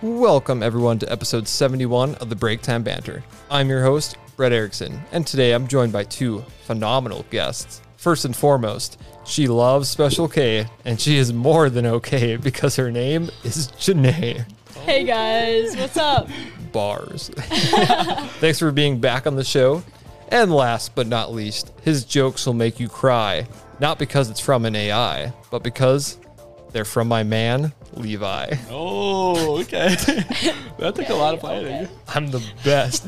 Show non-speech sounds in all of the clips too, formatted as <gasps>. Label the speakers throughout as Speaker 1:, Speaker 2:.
Speaker 1: Welcome, everyone, to episode 71 of the Break Time Banter. I'm your host, Brett Erickson, and today I'm joined by two phenomenal guests. First and foremost, she loves Special K, and she is more than okay <laughs> because her name is Janae.
Speaker 2: Hey guys, what's up?
Speaker 1: Bars. <laughs> Thanks for being back on the show. And last but not least, his jokes will make you cry, not because it's from an AI, but because they're from my man, Levi. <laughs>
Speaker 3: Oh, okay. that took a lot of planning.
Speaker 2: okay.
Speaker 1: I'm the
Speaker 3: <laughs>
Speaker 1: best.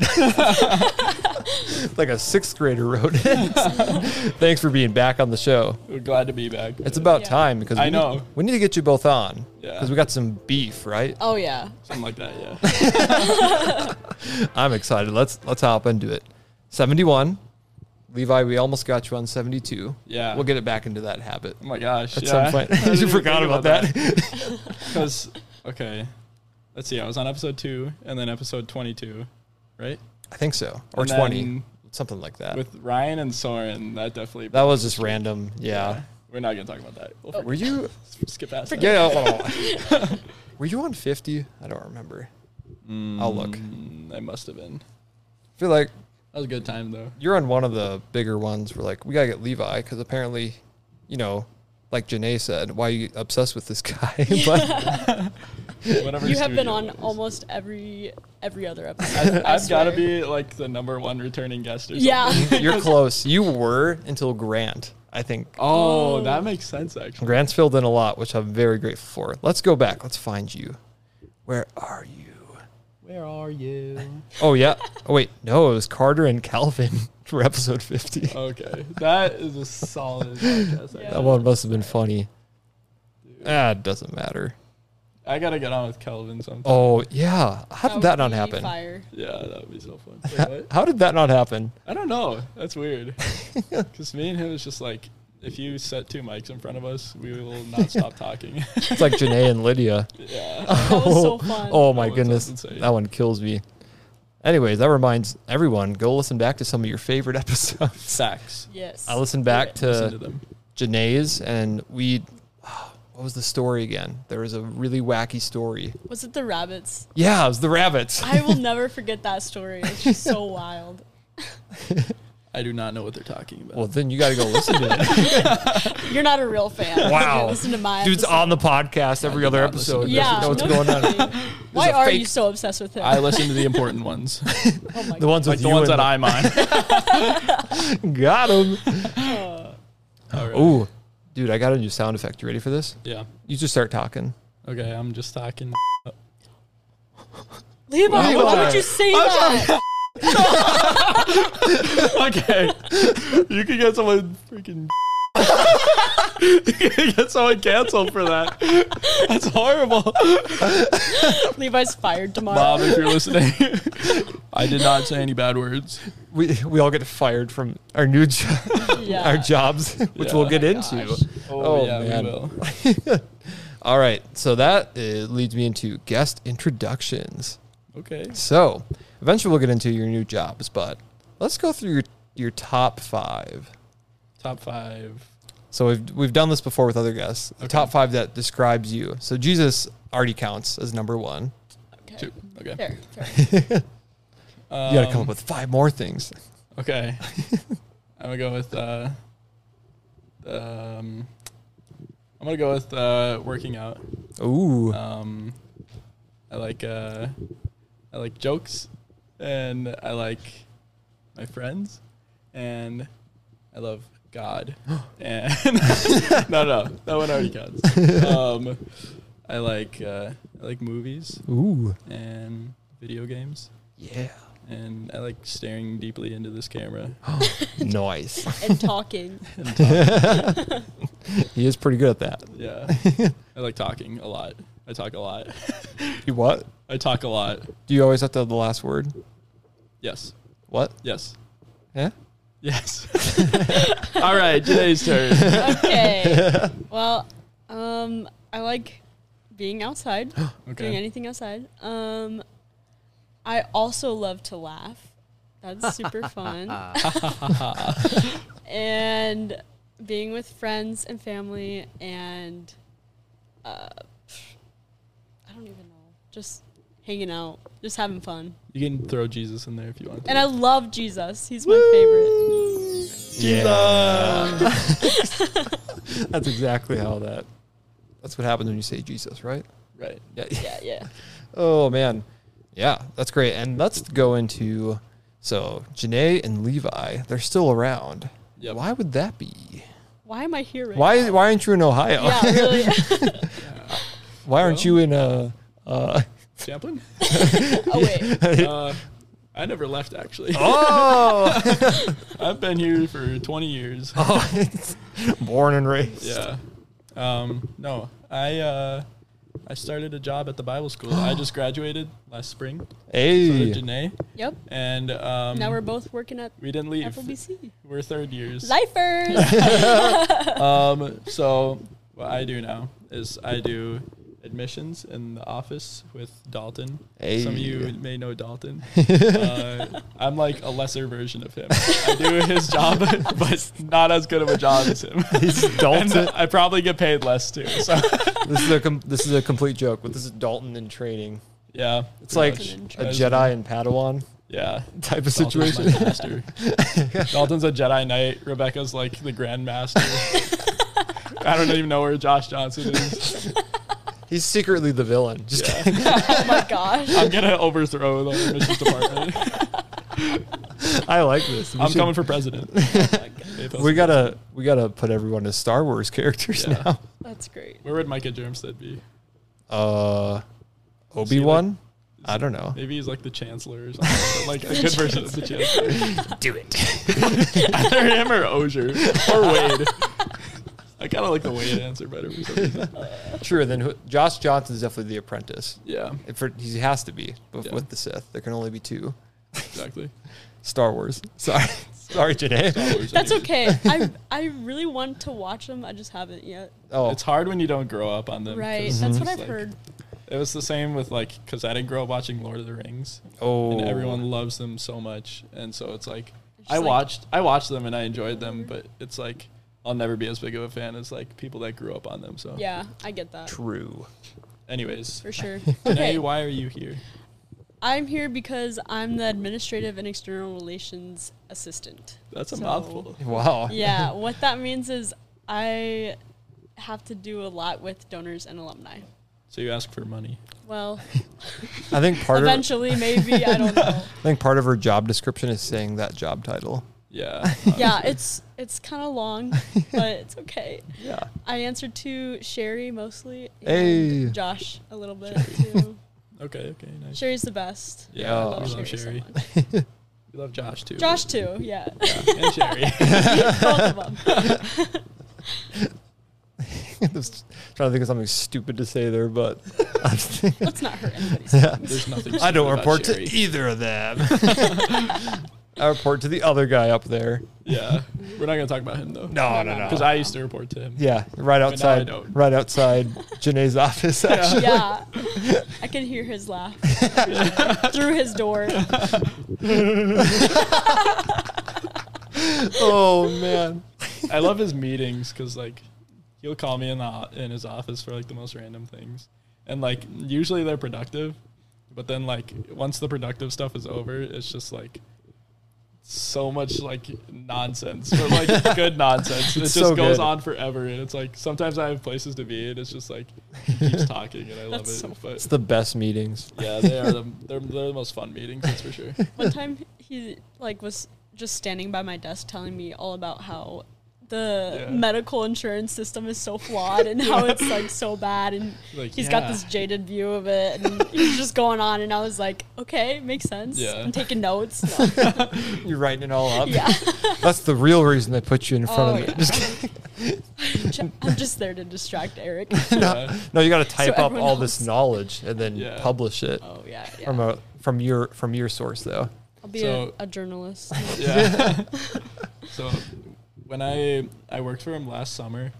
Speaker 1: like a sixth grader wrote it. Thanks for being back on the show.
Speaker 3: We're glad to be back.
Speaker 1: It's about
Speaker 2: Yeah.
Speaker 1: time because we
Speaker 3: I know.
Speaker 1: Need, we need to get you both on
Speaker 3: Yeah.
Speaker 1: because we got some beef, right?
Speaker 2: Oh yeah.
Speaker 3: something like that. Yeah.
Speaker 1: I'm excited. Let's let's hop into it. 71, Levi. We almost got you on 72.
Speaker 3: Yeah.
Speaker 1: we'll get it back into that habit.
Speaker 3: Oh my gosh.
Speaker 1: At
Speaker 3: yeah.
Speaker 1: some
Speaker 3: <laughs>
Speaker 1: point, you forgot about, that.
Speaker 3: Because okay, let's see. I was on episode two and then episode twenty-two, right?
Speaker 1: I think so, or
Speaker 3: And
Speaker 1: 20,
Speaker 3: then
Speaker 1: something like that.
Speaker 3: With Ryan and Soren, that definitely.
Speaker 1: that was just random. Yeah.
Speaker 3: We're not gonna talk about that. We'll
Speaker 1: Were you?
Speaker 3: forget- skip past that.
Speaker 1: Yeah. well, Were you on 50? I don't remember. I'll look. I
Speaker 3: Mm, I must have been.
Speaker 1: feel like
Speaker 3: That was a good time though.
Speaker 1: you're on one of the bigger ones. We're like, we gotta get Levi because apparently, you know, like Janae said, why are you obsessed with this guy? <laughs> but
Speaker 3: Whatever.
Speaker 2: You have been
Speaker 3: studio
Speaker 2: on
Speaker 3: it is.
Speaker 2: almost every every
Speaker 3: <laughs>
Speaker 2: other episode. <laughs>
Speaker 3: I've,
Speaker 2: I
Speaker 3: I've got to
Speaker 2: swear.
Speaker 3: be like the number one returning guest or
Speaker 2: <laughs>
Speaker 3: something.
Speaker 2: Yeah.
Speaker 1: <laughs>
Speaker 2: <laughs>
Speaker 1: you're close. You were until Grant, I think.
Speaker 3: Oh, that makes sense actually.
Speaker 1: Grant's filled in a lot, which I'm very grateful for. Let's go back. Let's find you. Where are you?
Speaker 3: Where are you?
Speaker 1: Oh yeah. Oh wait, no, it was Carter and Calvin <laughs> for episode 50.
Speaker 3: Okay, that is a solid podcast.
Speaker 2: Yeah.
Speaker 1: That one must have been funny. Ah, it doesn't matter.
Speaker 3: I gotta get on with Kelvin sometime.
Speaker 1: Oh yeah. How did that not
Speaker 2: would be
Speaker 1: happen?
Speaker 2: Fire.
Speaker 3: Yeah, that would be so fun. Wait, what?
Speaker 1: How did that not happen?
Speaker 3: I don't know.
Speaker 1: <laughs>
Speaker 3: That's weird. Because me and him is just like, if you set two mics in front of us, we will not stop talking.
Speaker 1: <laughs> It's like Janae and Lydia.
Speaker 3: yeah.
Speaker 2: <laughs> That was so fun.
Speaker 1: <laughs> Oh my
Speaker 3: That one
Speaker 1: goodness,
Speaker 3: sounds insane.
Speaker 1: that one kills me. Anyways, that reminds everyone go listen back to some of your favorite <laughs> episodes.
Speaker 3: Sacks.
Speaker 2: Yes.
Speaker 1: I listened back
Speaker 2: Do
Speaker 1: to,
Speaker 3: Listen to them.
Speaker 1: Janae's, and we. <sighs> What was the story again? There was a really wacky story.
Speaker 2: it. Was it the rabbits?
Speaker 1: Yeah, it was the rabbits.
Speaker 2: I will never forget that story. It's just so wild.
Speaker 3: I do not know what they're talking
Speaker 1: <laughs>
Speaker 3: about.
Speaker 1: well, then you got to go listen to
Speaker 2: <laughs>
Speaker 1: it.
Speaker 2: You're not a real fan. You
Speaker 1: Wow.
Speaker 2: Listen to my
Speaker 1: Dude's
Speaker 2: episode.
Speaker 1: on the podcast every
Speaker 3: did
Speaker 1: other
Speaker 3: not listen to
Speaker 1: episode.
Speaker 2: <laughs>
Speaker 3: that.
Speaker 1: Doesn't
Speaker 2: Yeah.
Speaker 1: know what's
Speaker 2: no
Speaker 1: going on.
Speaker 2: kidding. Why
Speaker 1: a
Speaker 2: are
Speaker 1: fake-
Speaker 2: you so obsessed with him?
Speaker 3: I listen to the
Speaker 1: <laughs>
Speaker 3: important ones,
Speaker 2: oh my
Speaker 1: The ones
Speaker 3: like
Speaker 1: with
Speaker 3: the
Speaker 1: you
Speaker 3: ones
Speaker 1: and
Speaker 3: that I'm on.
Speaker 1: <laughs> got him.
Speaker 3: All right.
Speaker 1: Ooh, dude, I got a new sound effect. You ready for this?
Speaker 3: Yeah.
Speaker 1: You just start talking.
Speaker 3: Okay, I'm just talking.
Speaker 2: Levi,
Speaker 1: Levi.
Speaker 2: why would
Speaker 1: <laughs>
Speaker 2: you say that?
Speaker 3: okay. You could get someone freaking. <laughs> you could get someone canceled for that. That's horrible.
Speaker 2: Levi's fired tomorrow.
Speaker 3: Bob, if you're listening, I did not say any bad words.
Speaker 1: We we all get fired from our new job. <laughs>
Speaker 2: yeah.
Speaker 1: our jobs, which we'll
Speaker 3: Yeah.
Speaker 1: get
Speaker 2: Oh my
Speaker 1: into.
Speaker 2: gosh.
Speaker 1: Oh, yeah, we man. will. All right, so that uh, leads me into guest introductions.
Speaker 3: Okay.
Speaker 1: So eventually we'll get into your new jobs, but let's go through your, your top five.
Speaker 3: Top five.
Speaker 1: So we've we've done this before with other guests. The top five that describes you. So Jesus already counts as number one.
Speaker 2: Okay.
Speaker 3: Two. Okay.
Speaker 2: Fair, fair.
Speaker 3: Um,
Speaker 1: You got to come up with five more things.
Speaker 3: Okay. I'm gonna go with. Uh, um, I'm gonna go with uh, working out.
Speaker 1: Ooh,
Speaker 3: Um, I like. Uh, I like jokes, and I like my friends, and I love God. and <laughs> no, no, that one already counts. Um, I like. Uh, I like movies.
Speaker 1: ooh,
Speaker 3: and video games,
Speaker 1: yeah,
Speaker 3: and I like staring deeply into this camera. <laughs>
Speaker 1: nice.
Speaker 2: And talking.
Speaker 3: And talk.
Speaker 1: He is pretty good at that. <laughs>
Speaker 3: yeah, I like talking a lot. I talk a lot.
Speaker 1: You what?
Speaker 3: I talk a lot.
Speaker 1: Do you always have to have the last word?
Speaker 3: Yes,
Speaker 1: What?
Speaker 3: yes,
Speaker 1: Yeah.
Speaker 3: yes. <laughs> All right, today's
Speaker 1: <laughs>
Speaker 3: turn.
Speaker 2: Okay. well, um, I like
Speaker 1: <gasps>
Speaker 2: being outside, doing
Speaker 3: Okay.
Speaker 2: anything outside. Um, I also love to laugh. That's super
Speaker 1: <laughs>
Speaker 2: fun. and being with friends and family, and uh, I don't even know, just hanging out, just having fun.
Speaker 3: You can throw Jesus in there if you want.
Speaker 2: And I love Jesus. He's my favorite.
Speaker 1: Yeah. That's exactly how that. That's what happens when you say Jesus, right?
Speaker 3: <laughs> right.
Speaker 1: Yeah.
Speaker 2: Yeah, yeah.
Speaker 1: <laughs> Oh man. Yeah, that's great. And let's go into so Janae and Levi, they're still around.
Speaker 3: Yep.
Speaker 1: Why would that be?
Speaker 2: Why am I here right
Speaker 1: Why
Speaker 2: now?
Speaker 1: why aren't you in Ohio?
Speaker 2: Yeah,
Speaker 1: <laughs>
Speaker 2: really. <laughs>
Speaker 1: why aren't
Speaker 3: Well-
Speaker 1: you in uh uh <laughs>
Speaker 3: Champlin?
Speaker 2: oh wait.
Speaker 3: uh, I never left actually.
Speaker 1: Oh,
Speaker 3: <laughs>
Speaker 1: <laughs>
Speaker 3: I've been here for 20 years.
Speaker 1: oh it's born and raised.
Speaker 3: Yeah. Um, no, I uh, I started a job at the Bible school.
Speaker 1: <gasps>
Speaker 3: I just graduated last spring. So
Speaker 1: Hey.
Speaker 3: did Janae.
Speaker 2: Yep.
Speaker 3: And um,
Speaker 2: Now we're both working at
Speaker 3: we didn't leave.
Speaker 2: FLBC.
Speaker 3: We're third years.
Speaker 2: Lifers.
Speaker 3: Um, so what I do now is I do admissions in the office with Dalton. Some of
Speaker 1: Hey.
Speaker 3: you may know Dalton. uh, I'm like a lesser version of him. I do his job, <laughs> but not as good of a job as him.
Speaker 1: <laughs> He's
Speaker 3: <laughs> And
Speaker 1: Dalton.
Speaker 3: I probably get paid less too. So <laughs>
Speaker 1: this is a com- this is a complete joke, but this is Dalton in training.
Speaker 3: yeah,
Speaker 1: It's
Speaker 3: pretty
Speaker 1: like
Speaker 3: much.
Speaker 2: Dalton in
Speaker 1: a
Speaker 3: As-
Speaker 1: Jedi and Padawan
Speaker 3: Yeah.
Speaker 1: type of
Speaker 3: Dalton's my
Speaker 1: situation. <laughs>
Speaker 3: master. Dalton's a Jedi Knight. Rebecca's like the Grand Master.
Speaker 1: <laughs>
Speaker 3: I don't even know where Josh Johnson is.
Speaker 1: He's secretly the villain. <laughs> Just
Speaker 3: Yeah.
Speaker 2: <laughs> oh my gosh.
Speaker 3: I'm gonna overthrow the admissions department. <laughs>
Speaker 1: kidding. I like this. We
Speaker 3: I'm
Speaker 1: should-
Speaker 3: coming for president. <laughs>
Speaker 1: We gotta we gotta put everyone as Star Wars characters
Speaker 3: Yeah.
Speaker 1: now. <laughs>
Speaker 2: That's great.
Speaker 3: Where would Micah Germstead be?
Speaker 1: Uh,
Speaker 3: he
Speaker 1: Obi
Speaker 3: like-
Speaker 1: Wan. I don't know.
Speaker 3: Maybe he's like the chancellor or something, but like a good version of <laughs> the chancellor.
Speaker 1: Do <laughs> it.
Speaker 3: <laughs> Either him or Osier or Wade. I kind of like the Wade answer <laughs> better for some reason.
Speaker 1: True. And then who, Josh Johnson's definitely the apprentice.
Speaker 3: Yeah,
Speaker 1: If it- he has to be but
Speaker 3: Yeah.
Speaker 1: with the Sith. There can only be two.
Speaker 3: exactly.
Speaker 1: Star Wars. <laughs> Sorry, sorry, Janae.
Speaker 2: That's okay. I I really want to watch them. I just haven't yet.
Speaker 1: Oh,
Speaker 3: It's hard when you don't grow up on them.
Speaker 2: Right.
Speaker 3: 'cause
Speaker 2: That's
Speaker 3: it's
Speaker 2: what I've
Speaker 3: like-
Speaker 2: heard.
Speaker 3: It was the same with like because I didn't grow up watching Lord of the Rings,
Speaker 1: oh,
Speaker 3: and everyone loves them so much, and so it's like
Speaker 2: It's just
Speaker 3: I
Speaker 2: like-
Speaker 3: watched I watched them and I enjoyed them, but it's like I'll never be as big of a fan as like people that grew up on them. So
Speaker 2: Yeah, I get that.
Speaker 1: True.
Speaker 3: Anyways,
Speaker 2: For
Speaker 3: <laughs>
Speaker 2: sure.
Speaker 3: Janae,
Speaker 2: Okay.
Speaker 3: why are you here?
Speaker 2: I'm here because I'm the administrative and external relations
Speaker 3: <laughs>
Speaker 2: assistant.
Speaker 3: That's a
Speaker 2: So-
Speaker 3: mouthful.
Speaker 1: Wow.
Speaker 2: Yeah, what that means is I have to do a lot with donors and alumni.
Speaker 3: So you ask for money.
Speaker 2: Well,
Speaker 1: I think part of
Speaker 2: eventually, maybe I
Speaker 3: <laughs>
Speaker 2: don't know.
Speaker 1: I think part of her job description is saying that job title. <laughs>
Speaker 3: Yeah.
Speaker 2: <laughs>
Speaker 3: Uh,
Speaker 2: Yeah, it's it's kind of long, but it's okay.
Speaker 1: Yeah.
Speaker 2: I answered to Sherry mostly.
Speaker 1: Hey.
Speaker 2: And Josh a little bit too.
Speaker 3: okay. Okay. Nice.
Speaker 2: Sherry's the best.
Speaker 3: Yeah.
Speaker 1: Yeah.
Speaker 2: I
Speaker 1: Oh.
Speaker 2: love Sherry.
Speaker 3: we love
Speaker 2: so
Speaker 3: Sherry.
Speaker 2: much.
Speaker 3: we love Josh too.
Speaker 2: Josh too. Yeah,
Speaker 3: and Sherry.
Speaker 2: <laughs> both of them.
Speaker 1: I was trying to think of something stupid to say there, but
Speaker 2: Let's not hurt anybody's. <laughs>
Speaker 3: There's
Speaker 1: <laughs>
Speaker 3: nothing.
Speaker 1: I
Speaker 3: stupid
Speaker 1: don't
Speaker 3: about
Speaker 1: report to
Speaker 3: Sherry.
Speaker 1: either of
Speaker 3: <laughs>
Speaker 1: them. I report to the other guy up there.
Speaker 3: Yeah. We're not gonna talk about him though.
Speaker 1: No, no, no.
Speaker 3: Because I used to report to him.
Speaker 1: yeah, right
Speaker 3: now I
Speaker 1: outside,
Speaker 3: don't.
Speaker 1: right outside Janae's office.
Speaker 3: <laughs>
Speaker 1: Actually.
Speaker 2: Yeah, I could hear his laugh through his door.
Speaker 1: Oh man,
Speaker 3: I love his meetings because like he'll call me in the in his office for like the most random things, and like usually they're productive, but then like once the productive stuff is over, it's just like so much like nonsense,
Speaker 1: <laughs>
Speaker 3: but like good nonsense. It
Speaker 1: It's
Speaker 3: just
Speaker 1: so
Speaker 3: goes
Speaker 1: good.
Speaker 3: on forever, and it's like sometimes I have places to be, and it's just like he keeps talking, and I love it.
Speaker 2: That's so
Speaker 1: it's
Speaker 3: but
Speaker 1: the best meetings.
Speaker 3: yeah, they are the they're, they're the most fun meetings, that's
Speaker 1: <laughs>
Speaker 3: for sure.
Speaker 2: One time he like was just standing by my desk telling me all about how the
Speaker 3: Yeah.
Speaker 2: medical insurance system is so flawed and how it's like so bad and
Speaker 3: <laughs> Like,
Speaker 2: he's
Speaker 3: yeah.
Speaker 2: got this jaded view of it and he's just going on and I was like, okay, makes sense.
Speaker 3: Yeah.
Speaker 2: I'm taking
Speaker 3: <laughs>
Speaker 2: notes. No.
Speaker 1: You're writing it all up.
Speaker 2: yeah.
Speaker 1: That's the real reason they put you in front
Speaker 2: Oh,
Speaker 1: of me.
Speaker 2: yeah. Ju- <laughs> I'm just there to
Speaker 1: <laughs>
Speaker 2: distract Eric.
Speaker 3: Yeah.
Speaker 1: <laughs> No, you got to type up
Speaker 2: everyone
Speaker 1: all
Speaker 2: knows.
Speaker 1: this knowledge and then
Speaker 3: Yeah.
Speaker 1: publish it
Speaker 2: Oh yeah. yeah.
Speaker 1: from a from your from your source though.
Speaker 2: I'll be
Speaker 3: So-
Speaker 2: a, a journalist.
Speaker 3: Yeah. so when I I worked for him last summer,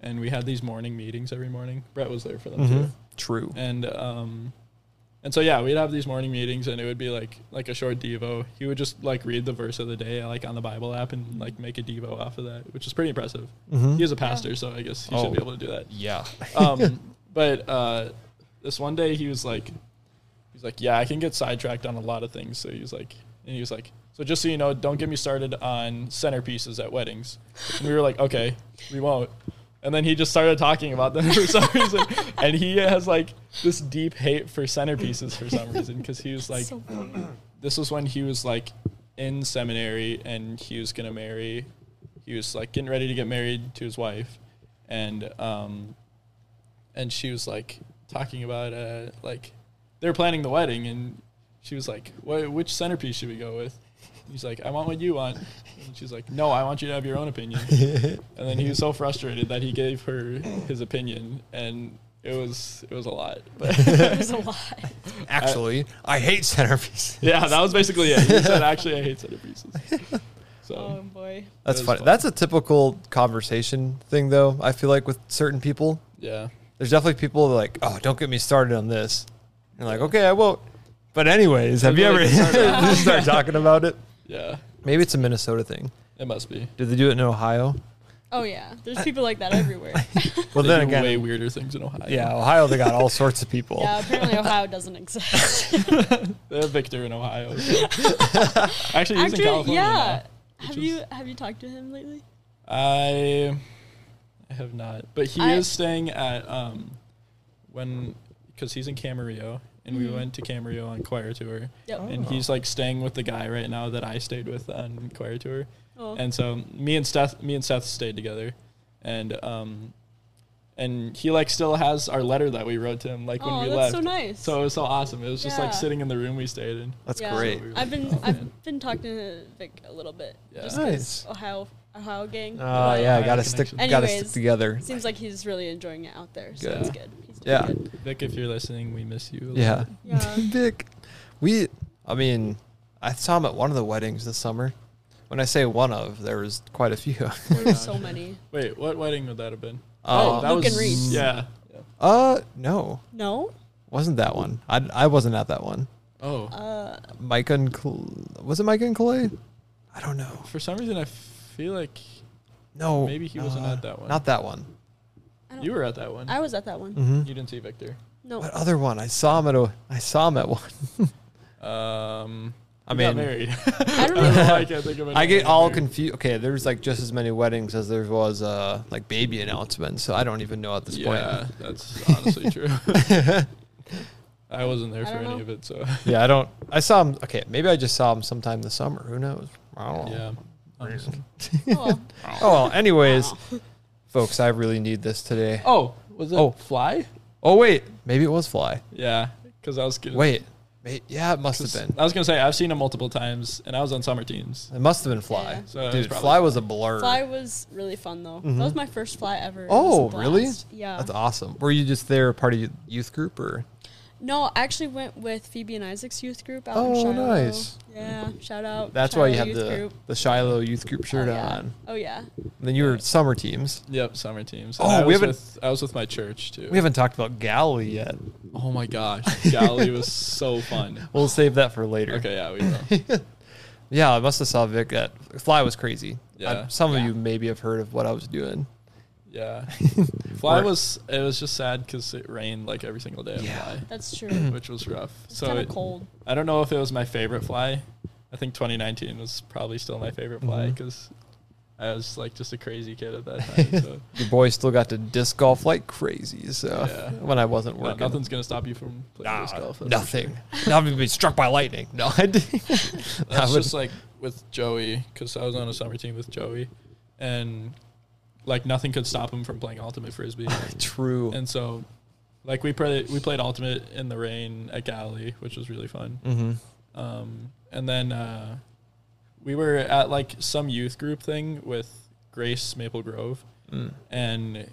Speaker 3: and we had these morning meetings every morning. Brett was there for them too,
Speaker 1: True.
Speaker 3: and um, and so yeah, we'd have these morning meetings, and it would be like like a short devo. He would just like read the verse of the day like on the Bible app, and like make a devo off of that, which is pretty impressive. He was a pastor, so I guess he
Speaker 1: Oh.
Speaker 3: should
Speaker 1: <laughs>
Speaker 3: be able to do that
Speaker 1: Yeah.
Speaker 3: um, but uh, this one day he was like, He's like, yeah, I can get sidetracked on a lot of things. So he was like, and he was like, so just so you know, don't get me started on centerpieces at weddings. And we were like, okay, we won't. And then he just started talking about them <laughs> for some reason, and he has like this deep hate for centerpieces for some reason because he was like, <laughs>
Speaker 2: So-
Speaker 3: this was when he was like in seminary and he was gonna marry he was like getting ready to get married to his wife and um and she was like talking about uh like they were planning the wedding and she was like what which centerpiece should we go with he's like i want what you want and she's like no i want you to have your own opinion and then he was so frustrated that he gave her his opinion and it was it was a lot but
Speaker 2: it was a lot.
Speaker 1: Um, Actually, I, hate centerpieces. <laughs>
Speaker 3: yeah that was basically it he said actually i hate centerpieces
Speaker 2: <laughs>
Speaker 3: so
Speaker 2: Oh boy.
Speaker 1: That's
Speaker 3: was
Speaker 1: funny.
Speaker 3: fun.
Speaker 1: That's a typical conversation thing, though. I feel like with certain people,
Speaker 3: Yeah.
Speaker 1: there's definitely people that are like, oh, don't get me started on this. And like, okay, I won't. But anyways, have you
Speaker 3: Don't
Speaker 1: ever <laughs>
Speaker 3: get me started
Speaker 1: just start talking about it?
Speaker 3: Yeah.
Speaker 1: Maybe it's a Minnesota thing.
Speaker 3: It must be.
Speaker 1: Do they do it in Ohio?
Speaker 2: Oh yeah. There's people like
Speaker 1: <laughs>
Speaker 2: that everywhere.
Speaker 1: Well,
Speaker 3: they
Speaker 1: then
Speaker 3: do
Speaker 1: again,
Speaker 3: way weirder things in Ohio.
Speaker 1: yeah, Ohio, they got all sorts of people.
Speaker 2: <laughs> yeah. Apparently Ohio doesn't exist.
Speaker 3: They have Victor
Speaker 1: <laughs>
Speaker 3: in Ohio. so- Actually, he's in
Speaker 2: Actually,
Speaker 3: California.
Speaker 2: yeah.
Speaker 3: which
Speaker 2: Have
Speaker 3: is-
Speaker 2: you have you talked to him lately?
Speaker 3: now. I I have not. But he
Speaker 2: I-
Speaker 3: is staying at um when because he's in Camarillo and we went to Camarillo on choir tour.
Speaker 2: Mm-hmm. Yep.
Speaker 1: Oh.
Speaker 3: And he's like staying with the guy right now that I stayed with on choir tour.
Speaker 2: Oh.
Speaker 3: And so me and Seth, me and Seth stayed together, and um, and he like still has our letter that we wrote to him like
Speaker 2: Oh,
Speaker 3: when we
Speaker 2: that's
Speaker 3: left.
Speaker 2: so nice.
Speaker 3: So it was so awesome. It was just
Speaker 2: Yeah.
Speaker 3: like sitting in the room we stayed in.
Speaker 1: That's
Speaker 2: Yeah.
Speaker 1: great.
Speaker 3: So we were
Speaker 2: I've
Speaker 3: like,
Speaker 2: been I've been talking to Vic a little bit.
Speaker 3: Yeah.
Speaker 2: Just 'cause
Speaker 1: Nice.
Speaker 2: Ohio Ohio gang.
Speaker 1: Oh,
Speaker 2: but
Speaker 1: yeah,
Speaker 3: Ohio
Speaker 1: gotta stick,
Speaker 3: connection.
Speaker 1: gotta stick
Speaker 2: Anyways.
Speaker 1: together.
Speaker 2: Seems like he's really enjoying it out there, so
Speaker 3: Good.
Speaker 2: that's good. He's doing
Speaker 1: Yeah.
Speaker 2: good.
Speaker 3: Vic, if you're listening, we miss you. a lot."
Speaker 1: Yeah.
Speaker 2: Yeah.
Speaker 1: <laughs> Vic. We, I mean, I saw him at one of the weddings this summer. When I say one of, there was quite a few. <laughs>
Speaker 2: There were so many.
Speaker 3: Wait, what wedding would that have been?
Speaker 1: Oh,
Speaker 3: that
Speaker 2: Luke
Speaker 3: was
Speaker 2: and Reese.
Speaker 3: Yeah.
Speaker 1: Uh, no,
Speaker 2: No.
Speaker 1: wasn't that one. I, I wasn't at that one.
Speaker 3: Oh,
Speaker 2: Uh,
Speaker 1: Micah and Cal- was it Micah and Clay? I don't know.
Speaker 3: for some reason I feel like
Speaker 1: No, Uh,
Speaker 3: Maybe he wasn't at that one.
Speaker 1: Not that one.
Speaker 2: I don't.
Speaker 3: you were at that one.
Speaker 2: I was at that one.
Speaker 1: Mm-hmm.
Speaker 3: you didn't see Victor.
Speaker 2: No.
Speaker 1: What other one? I saw him at a. I saw him at one.
Speaker 3: <laughs> Um,
Speaker 1: I
Speaker 3: you
Speaker 1: mean- <laughs>
Speaker 3: got married.
Speaker 2: I don't
Speaker 3: I don't know
Speaker 2: even.
Speaker 3: why I can't think of it.
Speaker 1: I get all confused. Okay, there's like just as many weddings as there was uh like baby announcements. So I don't even know at this
Speaker 3: Yeah,
Speaker 1: point. <laughs>
Speaker 3: that's honestly true. I wasn't there
Speaker 2: I
Speaker 3: for
Speaker 2: don't
Speaker 3: any
Speaker 2: know.
Speaker 3: of it, so
Speaker 1: Yeah, I don't. I saw him. Okay, maybe I just saw him sometime this summer. Who knows? I don't know.
Speaker 3: yeah. honestly.
Speaker 1: <laughs>
Speaker 2: Oh,
Speaker 1: Oh, well, anyways, folks, I really need this today.
Speaker 3: Oh, was it
Speaker 1: Oh.
Speaker 3: fly?
Speaker 1: Oh wait, maybe it was fly.
Speaker 3: Yeah, because I was gonna,
Speaker 1: Wait, wait yeah, it must have
Speaker 3: 'cause
Speaker 1: been.
Speaker 3: I was gonna say I've seen him multiple times, and I was on summer teams.
Speaker 1: It must have been fly.
Speaker 2: Yeah.
Speaker 3: So it was
Speaker 1: Dude,
Speaker 3: probably
Speaker 1: fly was a blur.
Speaker 2: fly was really fun though. That was my first fly ever. It
Speaker 1: Mm-hmm. Oh,
Speaker 2: was a
Speaker 1: really?
Speaker 2: blast. Yeah.
Speaker 1: That's awesome. Were you just there, part of your youth group, or?
Speaker 2: No, I actually went with Phoebe and Isaac's youth group out in
Speaker 1: Oh,
Speaker 2: Shiloh.
Speaker 1: nice.
Speaker 2: Yeah, shout out.
Speaker 1: That's why you
Speaker 2: Shiloh
Speaker 1: had
Speaker 2: youth
Speaker 1: the
Speaker 2: group.
Speaker 1: the Shiloh youth group shirt
Speaker 2: oh, yeah.
Speaker 1: on.
Speaker 2: Oh yeah.
Speaker 1: And then you were summer teams.
Speaker 3: Yep, summer teams.
Speaker 1: Oh,
Speaker 3: And I
Speaker 1: we
Speaker 3: was
Speaker 1: haven't-
Speaker 3: With, I was with my church too.
Speaker 1: We haven't talked about Galley yet.
Speaker 3: oh
Speaker 1: <laughs>
Speaker 3: my gosh, Galley was so fun.
Speaker 1: We'll save that for later.
Speaker 3: Okay, yeah, we
Speaker 1: <laughs>
Speaker 3: will.
Speaker 1: Yeah, I must have saw Vic at Fly was crazy.
Speaker 3: Yeah.
Speaker 1: I, some of
Speaker 2: Yeah.
Speaker 1: you maybe have heard of what I was doing. <laughs>
Speaker 3: Yeah, fly
Speaker 1: Or-
Speaker 3: was. It was just sad because it rained like every single day of
Speaker 1: Yeah. Hmm.
Speaker 3: fly,
Speaker 1: <clears throat>
Speaker 2: That's true.
Speaker 3: which was rough.
Speaker 2: It's
Speaker 3: so
Speaker 2: kind
Speaker 3: it-
Speaker 2: of cold.
Speaker 3: I don't know if it was my favorite fly. I think 2019 was probably still my favorite fly
Speaker 1: Mhm.
Speaker 3: because I was like just a crazy kid
Speaker 1: <laughs>
Speaker 3: at that time. So uh,
Speaker 1: Your boy still got to disc golf like crazy. So
Speaker 3: Yeah.
Speaker 1: when I wasn't
Speaker 3: no,
Speaker 1: working,
Speaker 3: nothing's gonna stop you from playing
Speaker 1: Nah,
Speaker 3: disc golf. that's for
Speaker 1: nothing. <laughs> Not even be struck by lightning. No, I didn't.
Speaker 3: <laughs> That's
Speaker 1: would-
Speaker 3: just like with Joey, because I was on a summer team with Joey, and like nothing could stop him from playing
Speaker 1: <laughs>
Speaker 3: ultimate frisbee.
Speaker 1: True.
Speaker 3: and so, like we played we played ultimate in the rain at Galley, which was really fun.
Speaker 1: mm-hmm.
Speaker 3: Um, and then uh, we were at like some youth group thing with Grace Maple Grove,
Speaker 1: Mm.
Speaker 3: and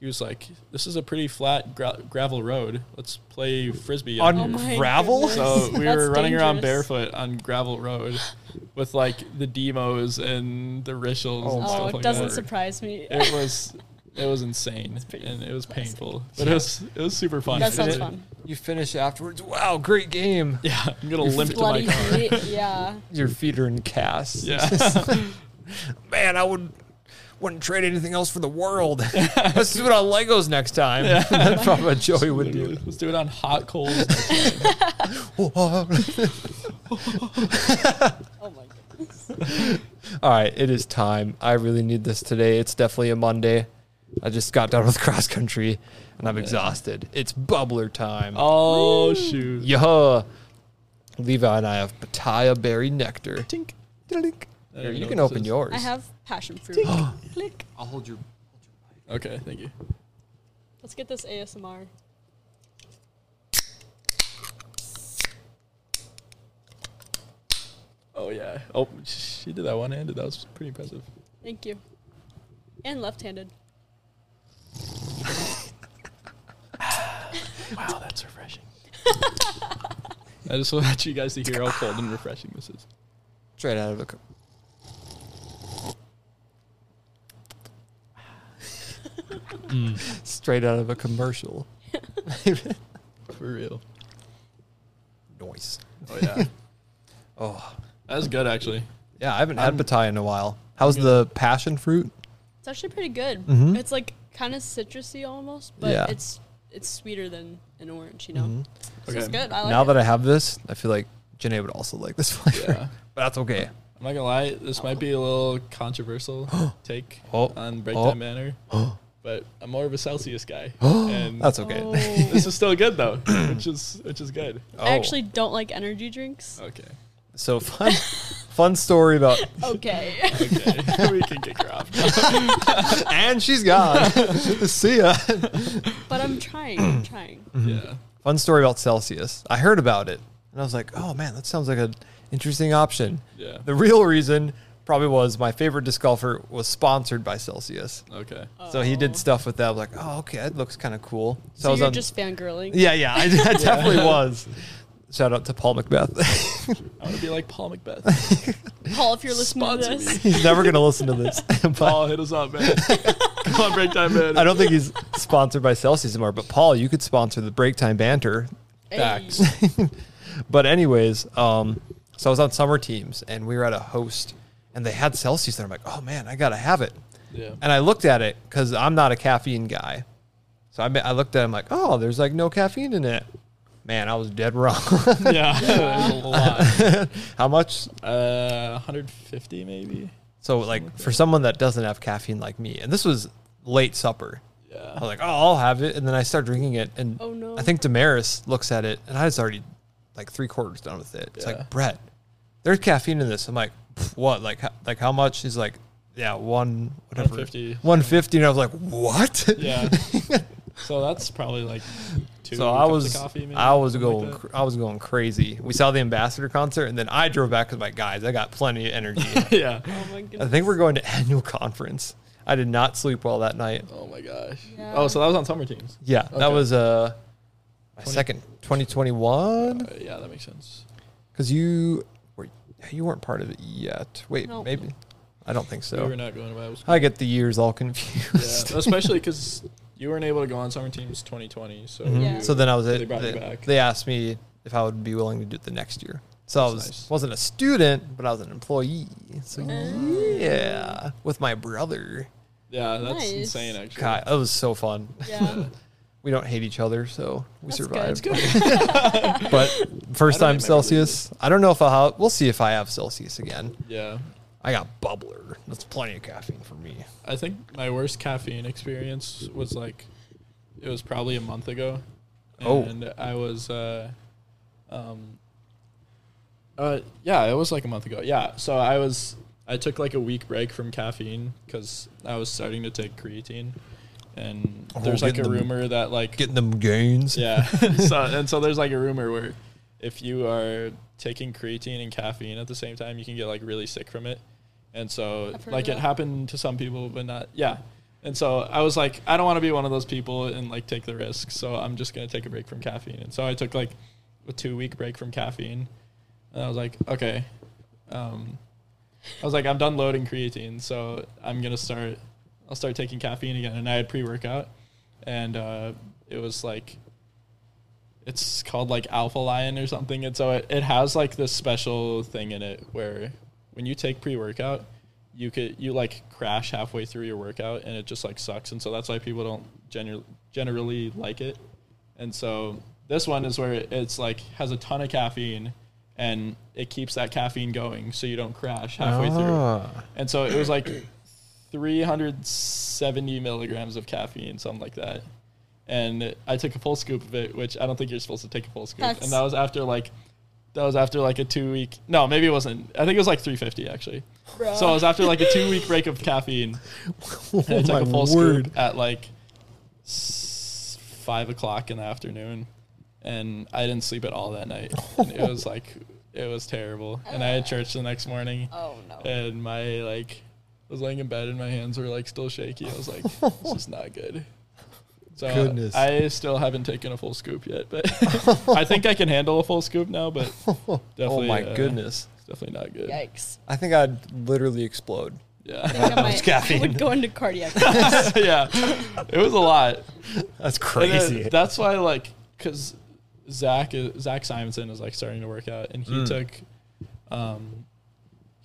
Speaker 3: he was like, "This is a pretty flat gra- gravel road. Let's play frisbee
Speaker 1: On <laughs>
Speaker 2: Oh my
Speaker 1: gravel? <laughs>
Speaker 2: goodness. <laughs>
Speaker 3: so we
Speaker 2: That's
Speaker 3: were running around
Speaker 2: dangerous.
Speaker 3: barefoot on gravel road with like the demos and the rishals
Speaker 1: Oh
Speaker 3: and
Speaker 1: my
Speaker 3: stuff
Speaker 2: Oh, it
Speaker 3: like
Speaker 2: doesn't
Speaker 3: that.
Speaker 2: surprise me.
Speaker 3: It was it was insane and it was painful, but it was it was super fun.
Speaker 2: That sounds
Speaker 3: It-
Speaker 2: fun.
Speaker 1: You finish afterwards. Wow, great game.
Speaker 3: Yeah, I'm gonna limp to my
Speaker 2: Bloody <laughs>
Speaker 3: car.
Speaker 2: feet. Yeah.
Speaker 1: <laughs> Your feet are in casts.
Speaker 3: Yeah,
Speaker 1: Man, I would. wouldn't trade anything else for the
Speaker 3: <laughs>
Speaker 1: world. Let's do it on Legos next time. <laughs> That's probably what Joey would <laughs> do.
Speaker 3: Let's do it on hot coals.
Speaker 1: <laughs>
Speaker 3: next time.
Speaker 2: Oh my goodness.
Speaker 1: All right, it is time. I really need this today. It's definitely a Monday. I just got done with <laughs> cross country and I'm exhausted. It's bubbler time.
Speaker 3: oh shoot!
Speaker 1: Yeah. Levi and I have Pataya berry nectar.
Speaker 3: Tink.
Speaker 1: Here,
Speaker 3: I don't
Speaker 1: you
Speaker 3: know
Speaker 1: can
Speaker 3: what this
Speaker 1: open
Speaker 3: is.
Speaker 1: yours.
Speaker 2: I have passion fruit. Click.
Speaker 1: I'll hold your.
Speaker 3: Okay, thank you.
Speaker 2: Let's get this ASMR.
Speaker 3: Oh yeah. Oh, she did that one-handed. That was pretty impressive.
Speaker 2: Thank you. And left-handed.
Speaker 3: Wow, that's refreshing. I just <laughs> want you guys to hear how cold and refreshing this is.
Speaker 1: Straight out of the. cup. Mm. <laughs> Straight out of a commercial.
Speaker 3: For real.
Speaker 1: Noise.
Speaker 3: Oh yeah.
Speaker 1: Oh.
Speaker 3: That's good actually.
Speaker 1: Yeah, I haven't had
Speaker 3: I'm-
Speaker 1: Pataya in a while. How's the passion fruit?
Speaker 2: It's actually pretty good. It's like kind of citrusy almost, but
Speaker 1: Mm-hmm. Yeah. Mm-hmm.
Speaker 2: it's it's sweeter than an orange, you know. So it's
Speaker 3: Okay.
Speaker 2: good. I like
Speaker 1: now
Speaker 2: it.
Speaker 1: that I have this, I feel like Janae would also like this <laughs> flavor.
Speaker 3: Yeah.
Speaker 1: But that's okay.
Speaker 2: Oh.
Speaker 3: I'm not gonna lie, this might be a little controversial
Speaker 1: <gasps>
Speaker 3: take
Speaker 1: Oh.
Speaker 3: on
Speaker 1: Oh. <gasps>
Speaker 3: Breakdown Manor, but I'm more of a Celsius guy, and
Speaker 1: That's okay.
Speaker 3: <laughs> this is still good <clears throat> though, which is which is good.
Speaker 2: I actually don't like energy drinks.
Speaker 3: Oh, Okay, <laughs>
Speaker 1: so fun fun story about <laughs>
Speaker 2: Okay. <laughs>
Speaker 3: okay, we can kick her off.
Speaker 1: and she's gone. <laughs> See ya.
Speaker 2: but I'm trying,
Speaker 1: <clears throat>
Speaker 2: I'm trying.
Speaker 3: yeah,
Speaker 1: Fun story about Celsius. I heard about it and I was like, oh man, that sounds like an interesting option.
Speaker 3: Yeah.
Speaker 1: The real reason probably was my favorite disc golfer was sponsored by Celsius.
Speaker 3: okay.
Speaker 1: So he
Speaker 2: Oh.
Speaker 1: did stuff with that. I was like, oh, okay, that looks kind of cool.
Speaker 2: So,
Speaker 1: I was
Speaker 2: you're
Speaker 1: on-
Speaker 2: just fangirling.
Speaker 1: Yeah, yeah,
Speaker 2: <laughs>
Speaker 1: I, I definitely was. Shout out to Paul Macbeth. <laughs>
Speaker 3: I want to be like Paul Macbeth.
Speaker 2: Paul, if you're listening
Speaker 3: Sponsor
Speaker 2: to this,
Speaker 1: He's never gonna listen to this. <laughs> but
Speaker 3: Paul, hit us up, <laughs> man. Come on, Breakdown Manor.
Speaker 1: I don't think he's sponsored by Celsius anymore. But Paul, you could sponsor the break time banter.
Speaker 2: hey,
Speaker 3: Facts.
Speaker 1: <laughs> But anyways, um, so I was on summer teams and we were at a host and they had Celsius there. I'm like, oh man, I gotta have it.
Speaker 3: Yeah.
Speaker 1: And I looked at it because I'm not a caffeine guy. So I, ma- I looked at it, I'm like, oh, there's like no caffeine in it. Man, I was dead wrong.
Speaker 3: <laughs>
Speaker 1: <laughs>
Speaker 3: Yeah, that's a lot.
Speaker 1: How much?
Speaker 3: Uh, 150 maybe.
Speaker 1: So like for someone that doesn't have caffeine like me, and this was late supper. I
Speaker 3: Yeah.
Speaker 1: was like, oh, I'll have it. And then I start drinking it. And
Speaker 2: Oh, no.
Speaker 1: I think Damaris looks at it and I was already like three quarters done with it. It's
Speaker 3: Yeah.
Speaker 1: like, Brett, there's caffeine in this. I'm like, "Pff, what? Like, ho- like how much? He's like, yeah, one, whatever.
Speaker 3: 150.
Speaker 1: 150. And I was like, what? <laughs>
Speaker 3: Yeah. <laughs> so that's probably like two.
Speaker 1: so I
Speaker 3: cups of
Speaker 1: was,
Speaker 3: coffee, maybe,
Speaker 1: I was
Speaker 3: something like
Speaker 1: going,
Speaker 3: that.
Speaker 1: cr- I was going crazy. We saw the ambassador concert and then I drove back with my guys. I got plenty of
Speaker 3: <laughs>
Speaker 1: energy.
Speaker 3: yeah.
Speaker 2: Oh my
Speaker 1: I
Speaker 2: goodness.
Speaker 1: think we're going to <laughs> annual conference. I did not sleep well that night.
Speaker 3: Oh my gosh.
Speaker 2: Yeah.
Speaker 3: Oh, so that was on summer teams.
Speaker 1: Yeah, that
Speaker 3: Okay.
Speaker 1: was uh, my
Speaker 3: Twenty-
Speaker 1: second 2021.
Speaker 3: Uh, yeah, that makes sense.
Speaker 1: Because you were you weren't part of it yet. Wait,
Speaker 2: No.
Speaker 1: maybe I don't think
Speaker 3: We
Speaker 1: so.
Speaker 3: were not going to Bible school.
Speaker 1: I get the years all <laughs>
Speaker 3: Yeah,
Speaker 1: confused.
Speaker 3: <laughs> especially because you weren't able to go on summer teams 2020. So
Speaker 1: Mhm.
Speaker 2: Yeah.
Speaker 1: So then I was
Speaker 3: so
Speaker 1: at,
Speaker 3: they brought you
Speaker 1: they,
Speaker 3: back.
Speaker 1: they asked me if I would be willing to do it the next year. So I
Speaker 3: That's
Speaker 1: was
Speaker 3: nice.
Speaker 1: wasn't a student, but I was an employee. So
Speaker 2: Oh.
Speaker 1: yeah, with my brother.
Speaker 3: yeah, that's
Speaker 2: Nice.
Speaker 3: insane. Actually,
Speaker 1: God, that was so fun. <laughs>
Speaker 2: Yeah.
Speaker 1: We don't hate each other, so we
Speaker 2: That's good. That's
Speaker 1: survived. <laughs>
Speaker 2: good.
Speaker 1: But first
Speaker 3: <laughs> I
Speaker 1: time
Speaker 3: don't remember
Speaker 1: Celsius. I don't know if I'll. We'll see if I have Celsius again.
Speaker 3: yeah,
Speaker 1: I got bubbler. That's plenty of caffeine for me.
Speaker 3: I think my worst caffeine experience was like it was probably a month ago,
Speaker 1: Oh.
Speaker 3: and I was uh, um, uh, yeah, it was like a month ago. Yeah, so I was I took like a week break from caffeine because I was starting to take creatine, and
Speaker 1: Oh,
Speaker 3: there's like a
Speaker 1: getting the-
Speaker 3: rumor that like
Speaker 1: Getting them gains.
Speaker 3: Yeah. so and so there's like a rumor where if you are taking creatine and caffeine at the same time, you can get like really sick from it. And so
Speaker 2: I've heard
Speaker 3: like
Speaker 2: of
Speaker 3: it
Speaker 2: that.
Speaker 3: happened to some people but not yeah. And so I was like I don't want to be one of those people and like take the risk. So I'm just going to take a break from caffeine. And so I took like a 2 week break from caffeine. And I was like, okay. Um I was like I'm done loading creatine, so I'm going to start I'll start taking caffeine again and I had pre-workout and uh, it was like it's called like alpha lion or something and so it, it has like this special thing in it where when you take pre-workout you could you like crash halfway through your workout and it just like sucks and so that's why people don't genu- generally like it and so this one is where it's like has a ton of caffeine and it keeps that caffeine going so you don't crash halfway
Speaker 1: Ah.
Speaker 3: through and so it was like 370 milligrams of caffeine something like that and i took a full scoop of it which i don't think you're supposed to take a full scoop
Speaker 2: That's-
Speaker 3: and that was after like that was after like a two week no maybe it wasn't i think it was like 350 actually
Speaker 2: Bruh.
Speaker 3: so I was after like a two week break of caffeine.
Speaker 1: <laughs> Oh,
Speaker 3: And I took
Speaker 1: my
Speaker 3: a full
Speaker 1: word.
Speaker 3: scoop at like s- five o'clock in the afternoon, and I didn't sleep at all that night. And it was like it was terrible. And I had church the next morning,
Speaker 2: Oh
Speaker 1: Uh,
Speaker 2: no.
Speaker 3: and my like I was laying in bed and my hands were like still shaky. I was like, this is not good. So uh,
Speaker 1: Goodness.
Speaker 3: I still haven't taken a full scoop yet, but <laughs> I think I can handle a full scoop now. But
Speaker 1: <laughs> Oh
Speaker 3: definitely,
Speaker 1: my
Speaker 3: uh,
Speaker 1: goodness.
Speaker 3: it's definitely not good.
Speaker 1: <laughs>
Speaker 2: Yikes.
Speaker 1: I think I'd literally explode.
Speaker 2: I
Speaker 3: Yeah, <laughs>
Speaker 2: think I might, <laughs> I
Speaker 1: caffeine.
Speaker 2: would go
Speaker 1: <laughs>
Speaker 2: into cardiac.
Speaker 3: yeah, it was a lot.
Speaker 1: That's
Speaker 3: And then
Speaker 1: crazy.
Speaker 3: that's why, like, because Zach is, Zach Simonson is like starting to work out, and
Speaker 1: Mm.
Speaker 3: he took, um,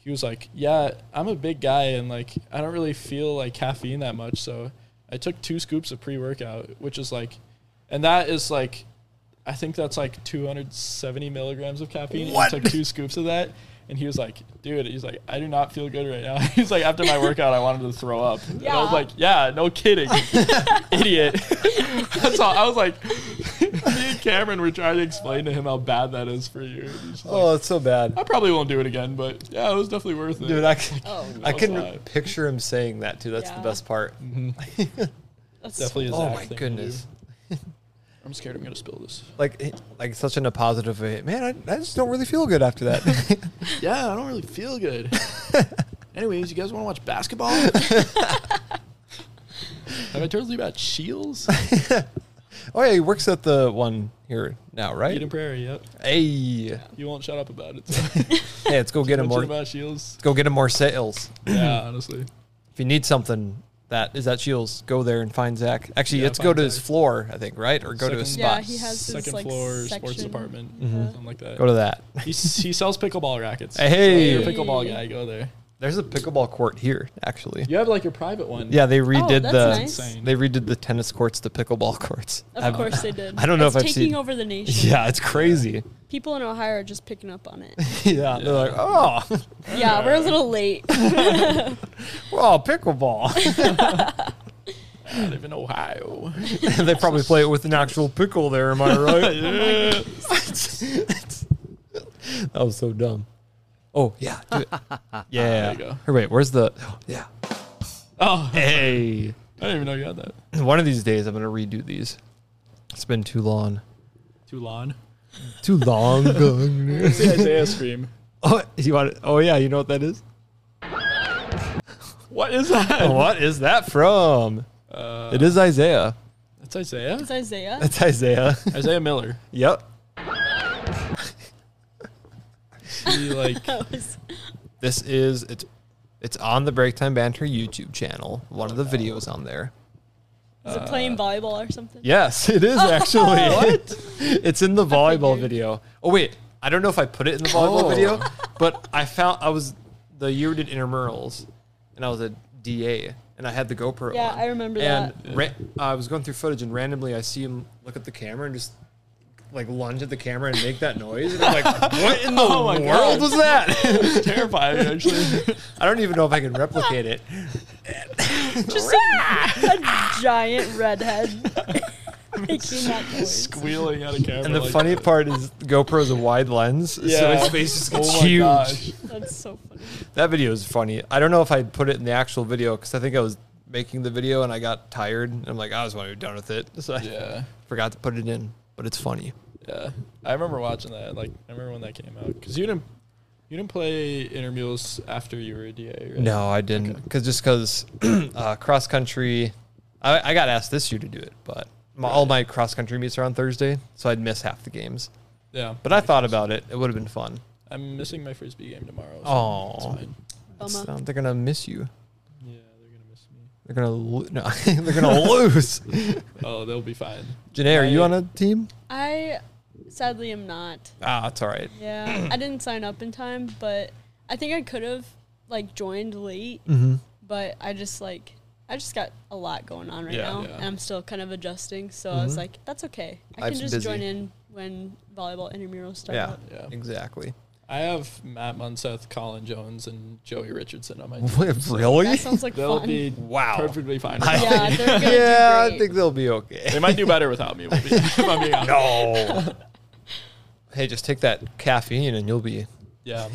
Speaker 3: he was like, yeah, I'm a big guy, and like, I don't really feel like caffeine that much, so I took two scoops of pre workout, which is like, and that is like, I think that's like 270 milligrams of caffeine.
Speaker 1: What?
Speaker 3: And he took two scoops of that. And he was like, dude, he's like, I do not feel good right now. <laughs> He's like, after my workout, I wanted to throw up. And I was
Speaker 2: Yeah.
Speaker 3: like, yeah, no kidding idiot. That's all. I was like, <laughs> me and Cameron were trying to explain to him how bad that is for you. And he's just like,
Speaker 1: oh, it's so bad.
Speaker 3: I probably won't do it again, but yeah, it was definitely worth it.
Speaker 1: Dude, I can,
Speaker 2: Oh,
Speaker 1: I
Speaker 3: no.
Speaker 1: can
Speaker 3: Outside.
Speaker 1: picture him saying that too. That's
Speaker 2: Yeah.
Speaker 1: the best part.
Speaker 2: That's
Speaker 3: definitely. A Zach
Speaker 1: oh my
Speaker 3: thing to do.
Speaker 1: goodness.
Speaker 3: I'm scared. I'm gonna spill this.
Speaker 1: Like it- like such in a positive way. Man, I, I just don't really feel good after that. <laughs>
Speaker 3: Yeah, I don't really feel good. Anyways, you guys want to watch
Speaker 1: <laughs>
Speaker 3: basketball? Have I told you
Speaker 1: <laughs>
Speaker 3: about Shields?
Speaker 1: oh yeah, he works at the one here now, right?
Speaker 3: Eden Prairie. Yep.
Speaker 1: Hey.
Speaker 3: You won't shut up about
Speaker 1: <laughs>
Speaker 3: it. So.
Speaker 1: Hey, let's go get him
Speaker 3: Mention
Speaker 1: more let's <clears throat>
Speaker 3: about Shields.
Speaker 1: go get him more sales.
Speaker 3: Yeah, honestly.
Speaker 1: If you need something that is at Shields, go there and find Zach. Actually,
Speaker 3: Yeah,
Speaker 1: let's go
Speaker 3: find
Speaker 1: to his
Speaker 3: Zach.
Speaker 1: floor, I think, right? Or go to his
Speaker 3: Second-
Speaker 1: spot.
Speaker 2: Yeah, he has his
Speaker 3: Second
Speaker 2: like
Speaker 3: floor sports
Speaker 2: section.
Speaker 3: department,
Speaker 2: Mhm.
Speaker 3: something like that.
Speaker 1: Mm-hmm. Go to that. <laughs>
Speaker 3: He, he sells pickleball rackets.
Speaker 1: Hey.
Speaker 3: So you're a pickleball guy, go there.
Speaker 1: There's a pickleball court here, actually.
Speaker 3: You have like your private one.
Speaker 1: Yeah, they redid
Speaker 2: Oh, that's
Speaker 1: the
Speaker 2: nice.
Speaker 3: Insane.
Speaker 1: they redid the tennis courts to pickleball courts.
Speaker 2: Of
Speaker 1: I've-
Speaker 2: course they did.
Speaker 1: I don't know
Speaker 2: It's
Speaker 1: if I've
Speaker 2: taking
Speaker 1: seen.
Speaker 2: over the
Speaker 1: <laughs>
Speaker 2: nation.
Speaker 1: Yeah, it's crazy.
Speaker 2: People in Ohio are just picking up
Speaker 1: <laughs>
Speaker 2: on it.
Speaker 1: yeah, they're like, oh,
Speaker 2: yeah, we're a
Speaker 1: <laughs>
Speaker 2: little late.
Speaker 1: well, oh,
Speaker 2: <laughs>
Speaker 1: pickleball. <laughs>
Speaker 3: I live in <laughs> Ohio.
Speaker 1: they probably play it with an actual pickle there. Am I
Speaker 3: <laughs>
Speaker 1: right?
Speaker 3: Yeah.
Speaker 1: that was so dumb. Oh yeah, do it.
Speaker 3: <laughs>
Speaker 1: yeah.
Speaker 3: There you go.
Speaker 1: Or wait, where's the? yeah.
Speaker 3: Oh, I
Speaker 1: Hey,
Speaker 3: didn't even know you had that.
Speaker 1: one of these days I'm gonna redo these. It's been too long.
Speaker 3: <laughs> Toulon.
Speaker 1: Too long.
Speaker 3: See Isaiah scream.
Speaker 1: <laughs> oh, you want? It? Oh yeah, you know what that is?
Speaker 3: What is that?
Speaker 1: Oh, What is that from?
Speaker 3: Uh,
Speaker 1: It is Isaiah.
Speaker 3: that's Isaiah.
Speaker 2: It's Isaiah.
Speaker 1: That's Isaiah. <laughs>
Speaker 3: Isaiah Miller.
Speaker 1: yep.
Speaker 3: He <laughs> like
Speaker 2: <laughs> That was-
Speaker 1: This is it's it's on the Break Time Banter YouTube channel. One of the videos on there.
Speaker 2: is
Speaker 1: Uh,
Speaker 2: it playing volleyball or something?
Speaker 1: Yes, it is actually.
Speaker 3: <laughs> What?
Speaker 1: <laughs> it's in the volleyball
Speaker 2: figured.
Speaker 1: video. Oh wait, I don't know if I put it in the volleyball
Speaker 3: Oh.
Speaker 1: video, but I found I was the year we did intramurals, and I was a DA, and I had the GoPro.
Speaker 2: Yeah,
Speaker 1: on.
Speaker 2: I remember
Speaker 1: and
Speaker 2: that.
Speaker 1: ra- I was going through footage, and randomly I see him look at the camera and just like lunge at the camera and make that noise, and I'm
Speaker 2: <laughs>
Speaker 1: like, what in the
Speaker 3: Oh my
Speaker 1: world
Speaker 3: God.
Speaker 1: was
Speaker 3: <laughs>
Speaker 1: that? <laughs>
Speaker 3: terrifying actually. <laughs>
Speaker 1: I don't even know if I can replicate it.
Speaker 2: Just a, <laughs> a giant redhead
Speaker 1: <laughs>
Speaker 2: <laughs> making that noise.
Speaker 3: Squealing out of camera. <laughs>
Speaker 1: And the
Speaker 3: like,
Speaker 1: funny part is GoPro's a wide lens, so
Speaker 3: Oh Yeah.
Speaker 1: his face just
Speaker 3: oh
Speaker 1: gets
Speaker 3: my
Speaker 1: huge.
Speaker 3: gosh.
Speaker 2: That's so funny.
Speaker 1: That video is funny. I don't know if I put it in the actual video because I think I was making the video and I got tired. And I'm like, "Ah, I was want to be done with it, so I
Speaker 3: Yeah.
Speaker 1: forgot to put it in. But it's funny.
Speaker 3: Yeah, I remember watching that. Like, I remember when that came out because you didn't, you didn't play intramurals after you were a DA, right?
Speaker 1: No, I didn't because just because <clears throat> uh, cross country, I, I got asked this year to do it, but my, all my cross country meets are on Thursday, so I'd miss half the games.
Speaker 3: Yeah,
Speaker 1: But I thought about it; it would have been fun.
Speaker 3: I'm missing my frisbee game tomorrow. so it's
Speaker 1: Oh,
Speaker 3: fine.
Speaker 2: Bummer.
Speaker 1: they're gonna miss you.
Speaker 3: Yeah, they're gonna miss me.
Speaker 1: They're gonna lo- <laughs> no, they're gonna lose.
Speaker 3: Oh, they'll be fine.
Speaker 1: Janae, are you
Speaker 3: I-
Speaker 1: on a team?
Speaker 2: I sadly am not.
Speaker 1: Ah, it's all right.
Speaker 2: Yeah, I didn't sign up in time, but I think I could have. like joined late,
Speaker 1: Mm-hmm.
Speaker 2: but I just like I just got a lot going on right
Speaker 1: Yeah.
Speaker 2: now,
Speaker 3: Yeah.
Speaker 2: and I'm still kind of adjusting. So I was
Speaker 1: Mhm.
Speaker 2: like, that's okay. I
Speaker 1: Life's
Speaker 2: can just
Speaker 1: busy.
Speaker 2: join in when volleyball intramurals start.
Speaker 1: Yeah.
Speaker 2: up.
Speaker 3: Yeah.
Speaker 1: Exactly.
Speaker 3: I have Matt Munseth, Colin Jones, and Joey Richardson on my team.
Speaker 1: <laughs> really?
Speaker 2: That sounds
Speaker 3: <laughs>
Speaker 2: like
Speaker 3: They'll
Speaker 2: fun.
Speaker 3: be
Speaker 1: Wow.
Speaker 3: perfectly fine.
Speaker 1: I-
Speaker 3: without
Speaker 2: yeah,
Speaker 3: me.
Speaker 2: they're gonna
Speaker 1: <laughs>
Speaker 2: do
Speaker 1: Yeah, I
Speaker 2: great.
Speaker 1: think they'll be okay.
Speaker 3: they might do better without
Speaker 1: <laughs>
Speaker 3: me. We'll be, if I'm being honest.
Speaker 1: No. <laughs> hey, just take that caffeine and you'll be
Speaker 3: Yeah,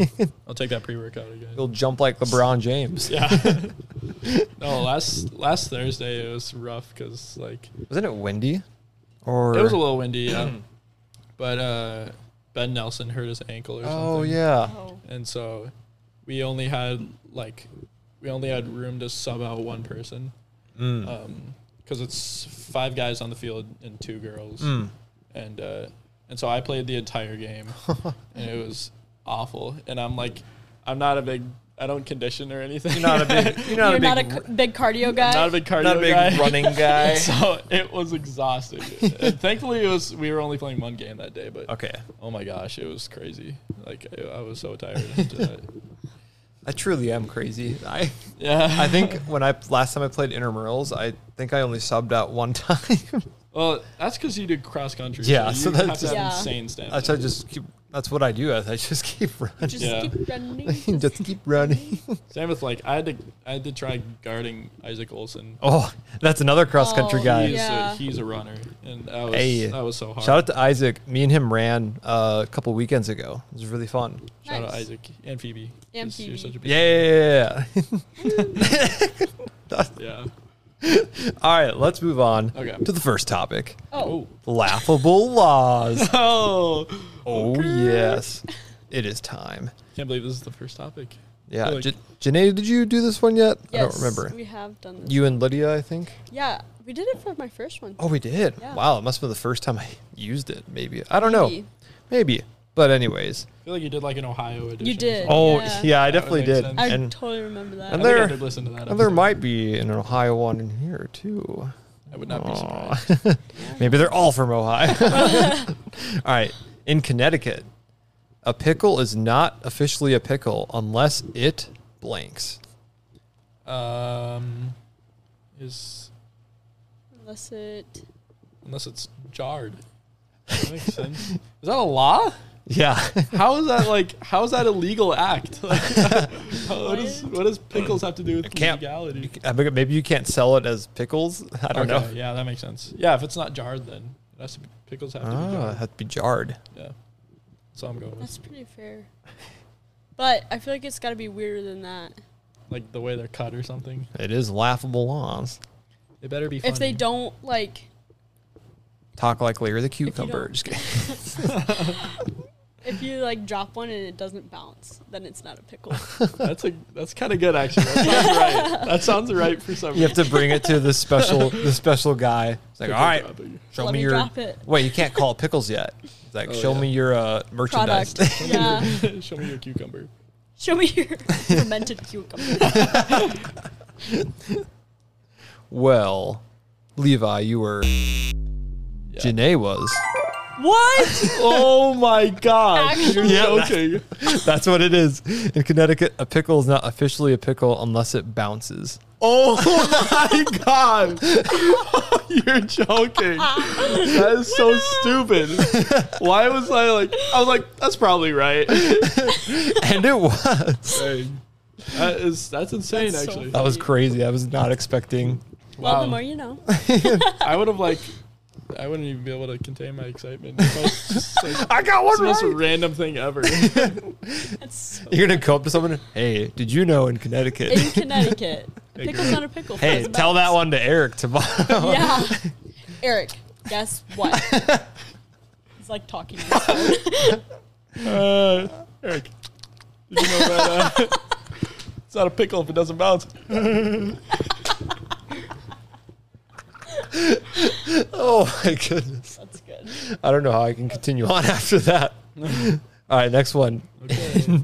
Speaker 3: I'll take that pre-workout again.
Speaker 1: you'll jump like LeBron James.
Speaker 3: Yeah. no, last last Thursday it was rough because like
Speaker 1: Wasn't it windy? Or
Speaker 3: it was a little windy, yeah. but uh, Ben Nelson hurt his ankle or something.
Speaker 1: Oh yeah.
Speaker 2: Oh.
Speaker 3: And so we only had like we only had room to sub out one person
Speaker 1: Mm.
Speaker 3: because it's five guys on the field and two girls,
Speaker 1: Mm.
Speaker 3: and uh, and so I played the
Speaker 1: <laughs>
Speaker 3: entire game, and it was awful. And I'm like, I'm not a big, I don't condition or anything.
Speaker 1: You're not
Speaker 3: <laughs>
Speaker 1: a big
Speaker 2: <laughs>
Speaker 1: you're not
Speaker 2: You're
Speaker 1: a big
Speaker 2: not a c- big cardio guy.
Speaker 3: not a big cardio
Speaker 1: not a big
Speaker 2: <laughs>
Speaker 3: guy. <laughs>
Speaker 1: running guy.
Speaker 3: so it
Speaker 1: <laughs>
Speaker 3: was exhausting. And thankfully, it was we were only playing one game that day, but
Speaker 1: Okay.
Speaker 3: oh my gosh, it was crazy. Like I, I was so tired.
Speaker 1: <laughs>
Speaker 3: After that.
Speaker 1: I truly am crazy.
Speaker 2: <laughs>
Speaker 1: I
Speaker 3: Yeah,
Speaker 1: I think when I last time I played intramurals, I think I only subbed out one <laughs> time.
Speaker 3: Well, that's because you did cross country.
Speaker 1: Yeah,
Speaker 3: so,
Speaker 1: so
Speaker 3: you
Speaker 1: that's
Speaker 3: have to
Speaker 1: just-
Speaker 3: have
Speaker 2: Yeah.
Speaker 3: insane stamina.
Speaker 1: that's I just keep that's what I do. I, I just keep running.
Speaker 2: Just
Speaker 3: Yeah.
Speaker 2: keep running.
Speaker 1: <laughs> just keep running. <laughs>
Speaker 3: Same with like I had to I had to try guarding Isaac Olson.
Speaker 1: Oh, that's another cross country
Speaker 2: Oh,
Speaker 1: guy.
Speaker 3: He's,
Speaker 2: Yeah.
Speaker 3: a, he's a runner, and that was
Speaker 1: Hey.
Speaker 3: that was so hard.
Speaker 1: Shout out to Isaac. Me and him ran uh, a couple weekends ago. It was really fun.
Speaker 3: Shout out
Speaker 2: Nice.
Speaker 3: Isaac and Phoebe.
Speaker 2: And
Speaker 3: 'cause You're
Speaker 2: Phoebe.
Speaker 3: such a big
Speaker 1: Yeah.
Speaker 3: Yeah.
Speaker 1: <laughs> All right, let's move on
Speaker 3: Okay.
Speaker 1: to the first topic
Speaker 2: Oh,
Speaker 3: Oh.
Speaker 1: laughable
Speaker 3: <laughs>
Speaker 1: laws.
Speaker 3: Oh.
Speaker 1: <laughs> oh, yes. It is time.
Speaker 3: Can't believe this is the first topic.
Speaker 1: Yeah.
Speaker 3: Like-
Speaker 1: J- Janae, did you do this one yet? I
Speaker 2: yes,
Speaker 1: don't remember.
Speaker 2: We have done this.
Speaker 1: You and Lydia, I think.
Speaker 2: yeah, we did it for my first one.
Speaker 1: Oh, we did.
Speaker 2: Yeah.
Speaker 1: Wow, it must have been the first time I used it, maybe. I don't know.
Speaker 2: Maybe.
Speaker 1: Maybe. But, anyways.
Speaker 3: I feel like you did like an Ohio edition. or
Speaker 2: did.
Speaker 3: something.
Speaker 1: Oh, yeah,
Speaker 2: Yeah.
Speaker 1: I
Speaker 3: That would
Speaker 1: definitely
Speaker 3: make
Speaker 1: did.
Speaker 3: sense.
Speaker 2: I
Speaker 1: And,
Speaker 2: totally remember that.
Speaker 3: I
Speaker 1: And
Speaker 3: think I
Speaker 1: there-
Speaker 3: did listen to that.
Speaker 1: and there
Speaker 3: episode.
Speaker 1: might be an Ohio one in here, too.
Speaker 3: I would not be
Speaker 1: Aw.
Speaker 3: surprised.
Speaker 1: <laughs> Maybe they're all from Ohio. <laughs> all right. In Connecticut, a pickle is not officially a pickle unless it blanks.
Speaker 3: Um, is
Speaker 2: Unless it.
Speaker 3: unless it's jarred.
Speaker 1: <laughs>
Speaker 3: That makes sense. Is that a law?
Speaker 1: Yeah. <laughs>
Speaker 3: How is that like? How is that a legal act? <laughs> Like, how- what, is, what does pickles have to do with
Speaker 1: It can't-
Speaker 3: legality?
Speaker 1: I think maybe you can't sell it as pickles. I don't
Speaker 3: Okay,
Speaker 1: know.
Speaker 3: Yeah, that makes sense. Yeah, if it's not jarred, then it has to be, pickles have to be
Speaker 1: Ah, it
Speaker 3: jarred.
Speaker 1: had to be jarred.
Speaker 3: Yeah, that's all I'm going with.
Speaker 2: That's pretty fair. But I feel like it's got to be weirder than that.
Speaker 3: Like the way they're cut or something.
Speaker 1: It is laughable laws.
Speaker 3: They better be.
Speaker 2: If they
Speaker 3: funny.
Speaker 2: don't like,
Speaker 1: Talk like Lear the
Speaker 2: you don't-
Speaker 1: cucumber. Just kidding.
Speaker 2: if you like drop one and it doesn't bounce, then it's not a pickle.
Speaker 3: that's a that's kind of good actually. That
Speaker 2: <laughs>
Speaker 3: sounds right. That sounds right for some
Speaker 1: you have
Speaker 3: reason.
Speaker 1: to bring it to the <laughs> special the special guy. It's like,
Speaker 3: Pickle
Speaker 1: all right,
Speaker 3: dropping.
Speaker 1: show
Speaker 2: Let
Speaker 1: me
Speaker 2: me
Speaker 1: your.
Speaker 2: drop it."
Speaker 1: Wait, you can't call it pickles yet. It's like,
Speaker 3: Oh,
Speaker 1: show
Speaker 3: yeah.
Speaker 1: me your uh, merchandise. <laughs>
Speaker 2: Product. yeah.
Speaker 3: <laughs> Show me your cucumber.
Speaker 2: <laughs> Show me your fermented cucumber.
Speaker 1: Well, Levi, you were.
Speaker 3: Yeah.
Speaker 1: Janae was.
Speaker 2: What?
Speaker 3: Oh my god! You're
Speaker 1: Yeah, that-
Speaker 3: joking.
Speaker 1: <laughs> That's what it is. In Connecticut, a pickle is not officially a pickle unless it
Speaker 2: <laughs>
Speaker 1: bounces.
Speaker 3: Oh <laughs> my god! <laughs> You're joking. That is so stupid. Why was I like? I was like, that's probably right.
Speaker 1: And it was.
Speaker 3: Dang. That is that's insane.
Speaker 2: That's so
Speaker 3: actually,
Speaker 1: That was crazy. I was not expecting.
Speaker 2: Well,
Speaker 3: Wow.
Speaker 2: the more you know.
Speaker 3: I would have like, I wouldn't even be able to contain my excitement. If I was just like,
Speaker 1: I got
Speaker 3: it's the most random thing ever.
Speaker 2: That's so
Speaker 1: You're going to go up to someone. Hey, did you know in Connecticut?
Speaker 2: in Connecticut.
Speaker 3: Hey,
Speaker 2: Pickle's
Speaker 3: girl.
Speaker 2: not a pickle.
Speaker 1: hey,
Speaker 2: <laughs> it's a
Speaker 1: tell that
Speaker 2: bounce.
Speaker 1: one to Eric tomorrow.
Speaker 2: Yeah. Eric, guess what? He's like talking. to himself.
Speaker 3: Uh, Eric, did you know that? Uh, it's not a pickle if it doesn't bounce.
Speaker 1: <laughs> Oh, my goodness.
Speaker 2: That's good.
Speaker 1: I don't know how I can continue on <laughs> after
Speaker 3: <laughs>
Speaker 1: that. All right, next one.
Speaker 3: Okay.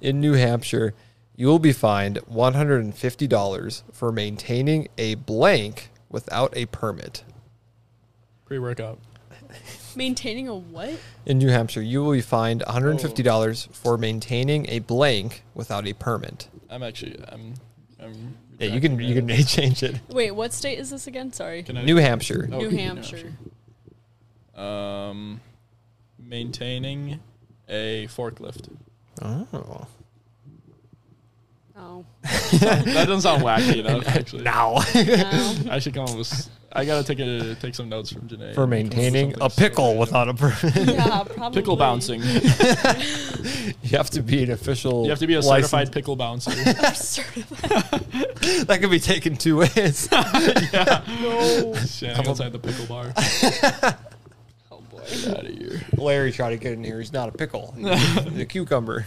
Speaker 1: in New Hampshire, you will be fined $150 for maintaining a blank without a permit.
Speaker 3: Pre-workout.
Speaker 2: Maintaining a what?
Speaker 1: In
Speaker 3: Oh.
Speaker 1: New Hampshire, you will be fined $150 for maintaining a blank without a permit.
Speaker 3: I'm actually I'm. I'm
Speaker 1: Yeah, you can you can <laughs> change it.
Speaker 2: Wait, what state is this again? Sorry.
Speaker 3: Can I-
Speaker 1: New Hampshire.
Speaker 3: Oh,
Speaker 2: New
Speaker 3: New
Speaker 2: Hampshire.
Speaker 3: Um, maintaining a forklift.
Speaker 1: Oh.
Speaker 2: Oh.
Speaker 3: <laughs> That doesn't sound wacky enough. <laughs> Actually,
Speaker 1: Now
Speaker 2: No.
Speaker 3: I should come up with. s- I gotta take a take some notes from
Speaker 1: <laughs>
Speaker 3: Janae
Speaker 1: for maintaining a
Speaker 3: Something
Speaker 1: pickle
Speaker 3: silly.
Speaker 1: without a
Speaker 3: <laughs>
Speaker 1: permit, <laughs>
Speaker 2: yeah, probably.
Speaker 3: pickle bouncing. you
Speaker 1: you have to be an official.
Speaker 3: have to be a
Speaker 1: licensed-
Speaker 3: certified pickle <laughs> bouncer.
Speaker 2: I'm certified.
Speaker 1: That could be taken two ways.
Speaker 3: Standing outside the pickle <laughs> bar.
Speaker 2: Oh boy.
Speaker 3: out of here.
Speaker 1: Larry tried to get in here. He's not a pickle. <laughs> He's a cucumber.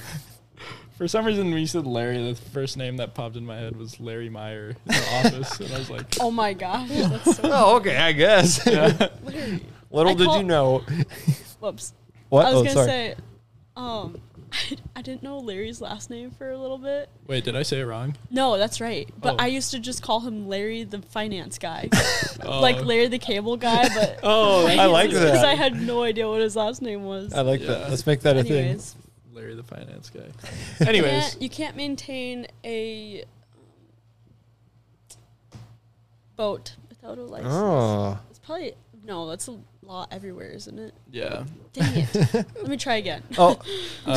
Speaker 3: For some reason, when you said Larry, the first name that popped in my head was Larry Meyer in the office, and I was like, <laughs>
Speaker 2: Oh my gosh.
Speaker 1: <laughs>
Speaker 2: That's so
Speaker 1: Oh, okay. I guess.
Speaker 2: Larry.
Speaker 1: <laughs> Little
Speaker 2: I
Speaker 1: did
Speaker 2: call-
Speaker 1: you know.
Speaker 2: Whoops.
Speaker 1: What?
Speaker 2: I was
Speaker 1: oh,
Speaker 2: gonna
Speaker 1: sorry.
Speaker 2: say, um, <laughs> I, I didn't know Larry's last name for a little bit.
Speaker 3: "Wait, did I say it wrong?"
Speaker 2: No, that's right. But
Speaker 3: Oh.
Speaker 2: I used to just call him Larry the finance guy,
Speaker 3: <laughs> Oh.
Speaker 2: like Larry the cable guy. But
Speaker 3: <laughs> Oh,
Speaker 1: I like
Speaker 2: <laughs> because
Speaker 1: that.
Speaker 2: I had no idea what his last name was.
Speaker 1: I like
Speaker 3: Yeah.
Speaker 1: that. Let's make that a thing.
Speaker 2: Anyways,
Speaker 3: Larry the finance guy.
Speaker 2: you <laughs>
Speaker 3: Anyways,
Speaker 2: can't, you can't maintain a um, boat without a license. <laughs>
Speaker 1: Oh.
Speaker 2: It's probably no. That's a law everywhere, isn't it?
Speaker 3: yeah.
Speaker 2: Dang it! Let me try
Speaker 1: <laughs>
Speaker 2: again.
Speaker 1: Oh. <laughs>
Speaker 3: Uh,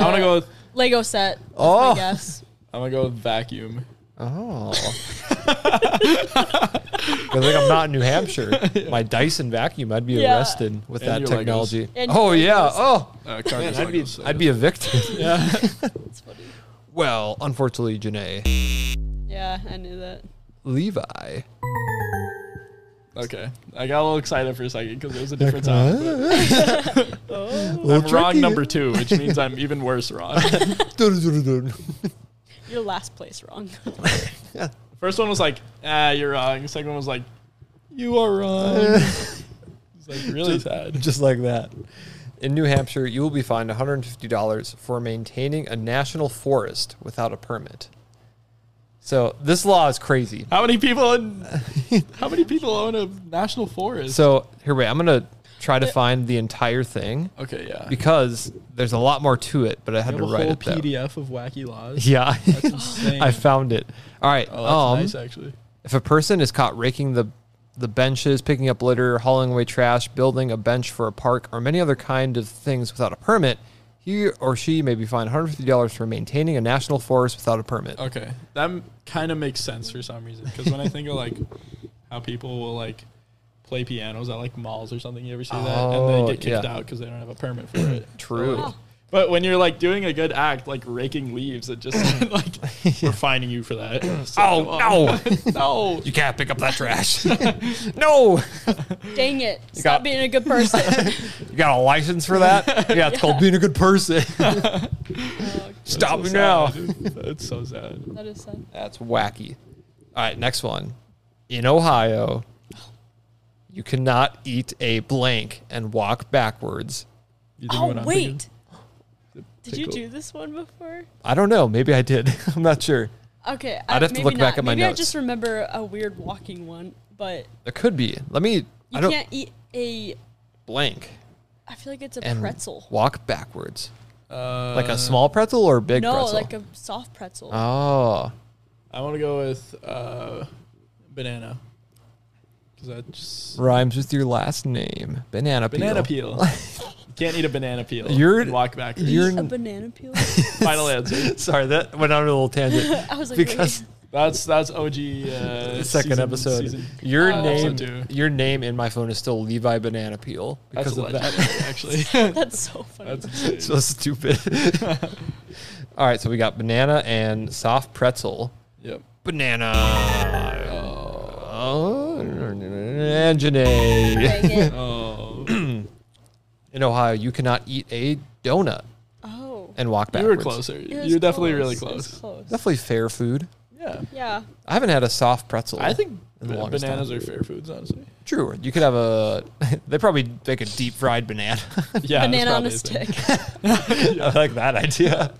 Speaker 3: I'm gonna go. With,
Speaker 2: Lego set. That's oh,
Speaker 1: Oh.
Speaker 2: my guess.
Speaker 3: I'm gonna go with vacuum.
Speaker 1: Oh. I think I'm not in New Hampshire. My Dyson vacuum, I'd be
Speaker 2: Yeah.
Speaker 1: arrested with
Speaker 3: And
Speaker 1: that
Speaker 3: your Legos.
Speaker 1: technology.
Speaker 2: And
Speaker 1: Oh
Speaker 2: your
Speaker 1: yeah.
Speaker 2: Legos.
Speaker 1: Oh,
Speaker 3: Uh,
Speaker 1: man, I'd be I'd be a victim. <laughs>
Speaker 3: yeah.
Speaker 2: That's funny.
Speaker 1: well, unfortunately, Janae,
Speaker 2: Yeah, I knew that.
Speaker 1: Levi.
Speaker 3: okay, I got a little excited for a second because it was a different time. but
Speaker 1: Little
Speaker 3: I'm wrong
Speaker 1: tricky.
Speaker 3: number two, which means
Speaker 1: <laughs>
Speaker 3: I'm even worse wrong. <laughs>
Speaker 2: Your last place wrong.
Speaker 3: First one was like, ah, you're wrong. Second one was like, you are
Speaker 1: <laughs>
Speaker 3: wrong. it's like really sad.
Speaker 1: Just like that. In New Hampshire, you will be fined $150 for maintaining a national forest without a permit. So this law is crazy.
Speaker 3: How many people? In, how many people own a national forest?
Speaker 1: So here, wait, I'm gonna try to find the entire thing
Speaker 3: okay, yeah.
Speaker 1: because there's a lot more to it, but I had
Speaker 3: We
Speaker 1: to
Speaker 3: have a
Speaker 1: write
Speaker 3: whole
Speaker 1: it down.
Speaker 3: PDF of wacky laws.
Speaker 1: <laughs> Yeah,
Speaker 3: That's insane.
Speaker 1: I found it. All right.
Speaker 3: oh, that's
Speaker 1: um,
Speaker 3: nice actually.
Speaker 1: If a person is caught raking the the benches, picking up litter, hauling away trash, building a bench for a park, or many other kind of things without a permit, he or she may be fined $150 for maintaining a national forest without a permit.
Speaker 3: Okay, that kind of makes sense for some reason. Because when I think of like how people will like play pianos at like malls or something, you ever see that? And
Speaker 1: Oh,
Speaker 3: they get kicked
Speaker 1: yeah.
Speaker 3: out because they don't have a permit for it.
Speaker 1: <clears throat> True.
Speaker 2: Wow.
Speaker 3: But when you're like doing a good act, like raking leaves, it
Speaker 1: <laughs>
Speaker 3: just <laughs> like we're fining you for that.
Speaker 1: <clears throat>
Speaker 3: So,
Speaker 1: Oh,
Speaker 3: no, <laughs> no.
Speaker 1: <laughs> You can't pick up that trash. <laughs> no.
Speaker 2: <laughs> Dang it.
Speaker 1: got-
Speaker 2: Stop being a good person.
Speaker 1: <laughs> You got a license for <laughs> that? Yeah, it's called being a good <laughs> person. Oh, <laughs> Stop me
Speaker 3: That's so
Speaker 1: now.
Speaker 3: sad, dude. That's so sad.
Speaker 2: that is sad.
Speaker 1: That's wacky. All right, next one. In Ohio, you cannot eat a blank and walk backwards.
Speaker 3: You think what
Speaker 2: Oh,
Speaker 3: I'm thinking?
Speaker 2: wait. Did you
Speaker 3: Pickle.
Speaker 2: do this one before?
Speaker 1: I don't know. Maybe I did. <laughs> I'm not sure.
Speaker 2: Okay.
Speaker 1: I'd have to
Speaker 2: maybe
Speaker 1: look back
Speaker 2: not.
Speaker 1: at my
Speaker 2: maybe
Speaker 1: notes.
Speaker 2: I just remember a weird walking one, but
Speaker 1: There could be. Let me. I
Speaker 2: you
Speaker 1: don't
Speaker 2: can't eat a.
Speaker 1: blank
Speaker 2: I feel like it's a
Speaker 1: and
Speaker 2: pretzel.
Speaker 1: walk backwards.
Speaker 3: Uh,
Speaker 1: Like a small pretzel or a big
Speaker 2: No,
Speaker 1: pretzel.
Speaker 2: like a soft pretzel.
Speaker 1: oh,
Speaker 3: I want to go with uh, banana. Because that just
Speaker 1: rhymes with your last name, banana peel.
Speaker 3: banana peel. You Can't eat a banana
Speaker 1: <laughs>
Speaker 3: peel.
Speaker 1: You're-
Speaker 3: and walk back.
Speaker 1: you're-
Speaker 2: a banana
Speaker 1: <laughs>
Speaker 2: peel.
Speaker 3: <laughs> final answer.
Speaker 1: <laughs> Sorry, that went on a little
Speaker 3: <laughs>
Speaker 1: tangent.
Speaker 2: I was like,
Speaker 1: because
Speaker 2: wait.
Speaker 3: That's that's OG uh,
Speaker 1: the second
Speaker 3: season-
Speaker 1: episode,
Speaker 3: season-
Speaker 1: your
Speaker 2: Oh.
Speaker 1: name,
Speaker 3: Episode two.
Speaker 1: your name in my phone is still Levi Banana Peel
Speaker 3: That's
Speaker 1: because of that. <laughs>
Speaker 3: legendary, actually.
Speaker 2: <laughs> that's so funny.
Speaker 3: that's insane.
Speaker 1: so
Speaker 3: <laughs>
Speaker 1: stupid. All right, so we got banana and soft pretzel.
Speaker 3: yep.
Speaker 1: Banana. Oh. And Janae.
Speaker 2: Dang
Speaker 1: <laughs>
Speaker 2: it.
Speaker 3: Oh,
Speaker 1: In Ohio, you cannot eat a donut
Speaker 2: Oh.
Speaker 1: and walk
Speaker 3: you were
Speaker 1: backwards.
Speaker 3: closer.
Speaker 2: It was
Speaker 3: You're definitely really
Speaker 2: It was
Speaker 3: close.
Speaker 2: close.
Speaker 1: Definitely fair food.
Speaker 3: Yeah,
Speaker 2: Yeah.
Speaker 1: I haven't had a soft pretzel.
Speaker 3: I think
Speaker 1: In the
Speaker 3: ba-
Speaker 1: longest
Speaker 3: bananas
Speaker 1: time.
Speaker 3: are fair
Speaker 1: <laughs>
Speaker 3: foods, honestly.
Speaker 1: True. You could have a. <laughs> They probably make a deep fried banana. <laughs>
Speaker 3: Yeah, that's
Speaker 2: banana on
Speaker 3: probably
Speaker 2: a
Speaker 3: thing. <laughs>
Speaker 2: stick.
Speaker 1: I like that idea.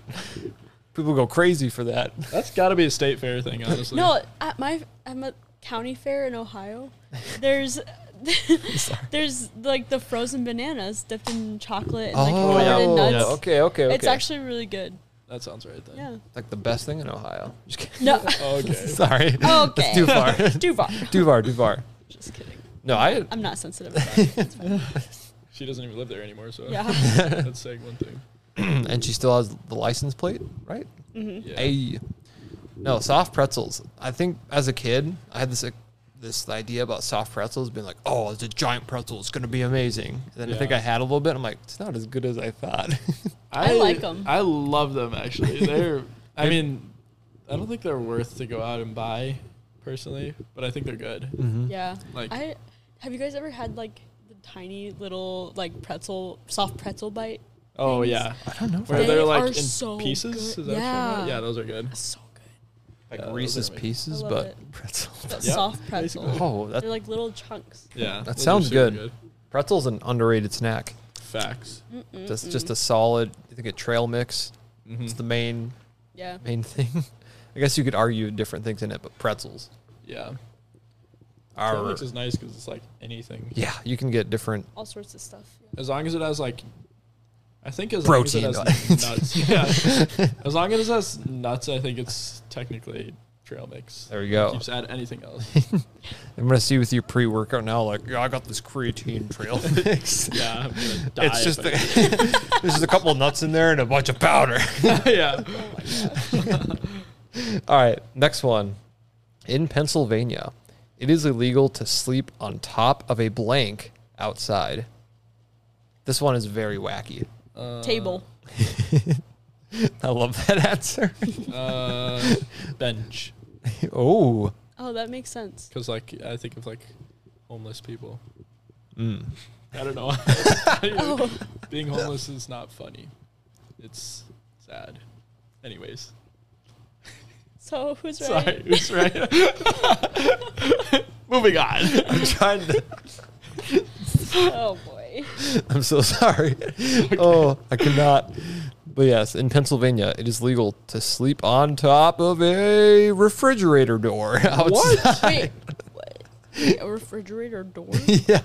Speaker 1: People go crazy for that.
Speaker 3: That's got to be a state fair thing, honestly.
Speaker 2: <laughs> No, at my I'm at county fair in Ohio. There's there's like the frozen bananas dipped in chocolate and like
Speaker 1: Oh,
Speaker 2: covered in
Speaker 1: yeah.
Speaker 2: nuts.
Speaker 1: Okay, okay, okay.
Speaker 2: It's actually really good.
Speaker 3: That sounds right then. Oh,
Speaker 2: Yeah.
Speaker 1: Like the best thing in
Speaker 2: <laughs>
Speaker 1: Ohio. Just kidding.
Speaker 2: No.
Speaker 1: <laughs>
Speaker 3: Okay.
Speaker 1: Sorry.
Speaker 2: Okay.
Speaker 1: That's too far. <laughs>
Speaker 2: Too far.
Speaker 1: too far, too far.
Speaker 2: Just kidding.
Speaker 1: No, I
Speaker 2: I'm not sensitive. About it. It's fine.
Speaker 3: she doesn't even live there anymore, so
Speaker 2: Yeah.
Speaker 3: <laughs> that's saying one thing.
Speaker 1: and she still has the license plate, right?
Speaker 2: Mm-hmm.
Speaker 3: Yeah.
Speaker 1: Ay. No, soft pretzels. I think as a kid, I had this like, this idea about soft pretzels being like, oh, it's a giant pretzel. It's going to be amazing. And then I think
Speaker 3: Yeah.
Speaker 1: I had a little bit. I'm like, it's not as good as I thought.
Speaker 2: I like 'em.
Speaker 3: I love them actually. They're. I mean, I don't think they're worth to go out and buy, personally, but I think they're good.
Speaker 1: Mm-hmm.
Speaker 2: Yeah.
Speaker 3: Like-
Speaker 2: I have you guys ever had like the tiny little like pretzel soft pretzel bite?
Speaker 3: Oh
Speaker 2: Things.
Speaker 3: yeah,
Speaker 1: <laughs> I don't know. if
Speaker 3: where
Speaker 1: I-
Speaker 2: They
Speaker 3: they are like
Speaker 2: are
Speaker 3: in
Speaker 2: so
Speaker 3: pieces.
Speaker 2: good.
Speaker 3: Is that yeah.
Speaker 2: Yeah.
Speaker 3: yeah, those are good.
Speaker 2: So good.
Speaker 1: Like
Speaker 3: Yeah, those
Speaker 1: Reese's
Speaker 3: are amazing.
Speaker 1: Pieces,
Speaker 2: I love
Speaker 1: but
Speaker 2: it.
Speaker 1: pretzels. <laughs>
Speaker 2: But
Speaker 3: Yep,
Speaker 2: soft pretzel.
Speaker 3: basically.
Speaker 1: Oh, that
Speaker 2: They're like little chunks.
Speaker 3: Yeah, those are
Speaker 1: sounds
Speaker 3: super
Speaker 1: good.
Speaker 2: Mm-hmm.
Speaker 1: pretzel's an underrated snack.
Speaker 3: Facts.
Speaker 1: That's
Speaker 2: Mm-hmm.
Speaker 1: just a solid. I think a trail mix. It's the main
Speaker 2: Yeah.
Speaker 1: main thing. <laughs> I guess you could argue different things in it, but pretzels
Speaker 3: Yeah,
Speaker 1: are
Speaker 3: Starbucks is nice because it's like anything.
Speaker 1: yeah. You can get different.
Speaker 2: All sorts of stuff. Yeah.
Speaker 3: As long as it has like, I think as
Speaker 1: Protein,
Speaker 3: long as it
Speaker 1: <laughs>
Speaker 3: has nuts. Yeah, as long as it has nuts, I think it's technically trail mix.
Speaker 1: There you go.
Speaker 3: Keeps add
Speaker 1: <laughs>
Speaker 3: anything else.
Speaker 1: I'm gonna see with your pre-workout now. Like, yeah, I got this creatine <laughs> trail mix.
Speaker 3: yeah, I'm gonna die
Speaker 1: it's just
Speaker 3: if
Speaker 1: the,
Speaker 3: I
Speaker 1: <laughs> there's just a couple of nuts in there and a bunch of powder. <laughs>
Speaker 3: yeah.
Speaker 1: All right, next one. In Pennsylvania, it is illegal to sleep on top of a blank outside. This one is very wacky.
Speaker 3: Uh,
Speaker 2: Table.
Speaker 1: I love that <laughs> answer.
Speaker 3: Uh, bench,
Speaker 1: oh,
Speaker 2: Oh, that makes sense.
Speaker 3: because like I think of like homeless people.
Speaker 1: Mm.
Speaker 3: I don't know.
Speaker 2: Oh.
Speaker 3: <laughs> Being homeless is not funny. It's sad. Anyways,
Speaker 2: So who's right?
Speaker 3: sorry, who's right? <laughs> Moving
Speaker 1: <laughs>
Speaker 3: on.
Speaker 1: I'm trying to.
Speaker 2: Oh
Speaker 3: <laughs>
Speaker 2: boy.
Speaker 1: <laughs> I'm so sorry. Oh, I cannot. But yes, in Pennsylvania, it is legal to sleep on top of a refrigerator door <laughs> outside.
Speaker 2: Wait. what? Wait, a refrigerator
Speaker 3: <laughs>
Speaker 2: door?
Speaker 1: Yeah.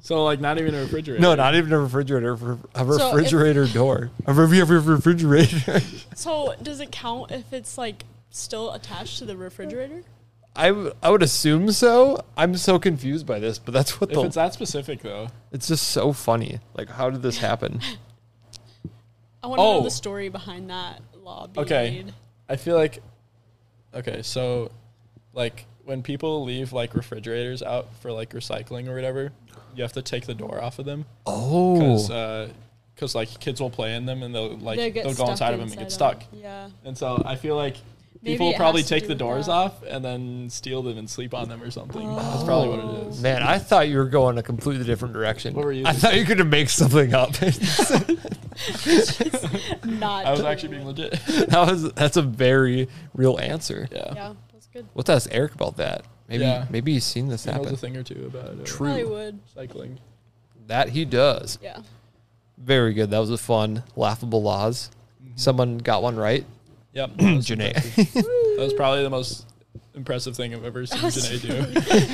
Speaker 3: So like not even a refrigerator.
Speaker 1: No, not even a refrigerator. re- A
Speaker 2: So if-
Speaker 1: refrigerator door. A re- re- re- refrigerator. <laughs>
Speaker 2: so does it count if it's like still attached to the refrigerator?
Speaker 1: I, w- I would assume so. I'm so confused by this, but that's what
Speaker 3: If
Speaker 1: the.
Speaker 3: it's
Speaker 1: It's,
Speaker 3: that specific though,
Speaker 1: just so funny. Like, how did this
Speaker 3: <laughs>
Speaker 1: happen?
Speaker 2: I want to know
Speaker 3: Oh.
Speaker 2: the story behind that law being
Speaker 3: Okay.
Speaker 2: made.
Speaker 3: I feel like okay, so like when people leave like refrigerators out for like recycling or whatever, you have to take the door off of them because
Speaker 1: Oh.
Speaker 3: like kids will play in them and they'll like
Speaker 2: They'll get
Speaker 3: they'll go
Speaker 2: stuck
Speaker 3: inside of them and get
Speaker 2: inside
Speaker 3: stuck.
Speaker 2: 'em.
Speaker 3: <laughs>
Speaker 2: Yeah.
Speaker 3: And so I feel like
Speaker 2: Maybe
Speaker 3: people
Speaker 2: it
Speaker 3: probably
Speaker 2: has to
Speaker 3: take
Speaker 2: do
Speaker 3: the
Speaker 2: with
Speaker 3: doors
Speaker 2: that. Oh.
Speaker 3: off and then steal them and sleep on them or something. That's probably what it is.
Speaker 1: Man, I thought you were going a completely different direction.
Speaker 3: What were you
Speaker 1: I thought you could make something
Speaker 3: <laughs>
Speaker 1: up. <laughs>
Speaker 2: Not.
Speaker 3: I was actually being legit. <laughs>
Speaker 1: that was that's a very real answer.
Speaker 3: yeah.
Speaker 2: Yeah,
Speaker 3: <laughs>
Speaker 2: that's good.
Speaker 1: Let's ask Eric about that. Maybe
Speaker 3: Yeah.
Speaker 1: maybe he's seen this
Speaker 3: He knows a
Speaker 1: happen.
Speaker 3: thing or two about uh,
Speaker 1: True.
Speaker 2: Probably would.
Speaker 3: cycling.
Speaker 1: That he does.
Speaker 2: Yeah.
Speaker 1: Very good. That was a fun, laughable laws. Someone got one right.
Speaker 3: Yep. that was
Speaker 1: Janae. <laughs>
Speaker 3: impressive. that was probably the most impressive thing I've ever seen
Speaker 2: <laughs>
Speaker 3: Janae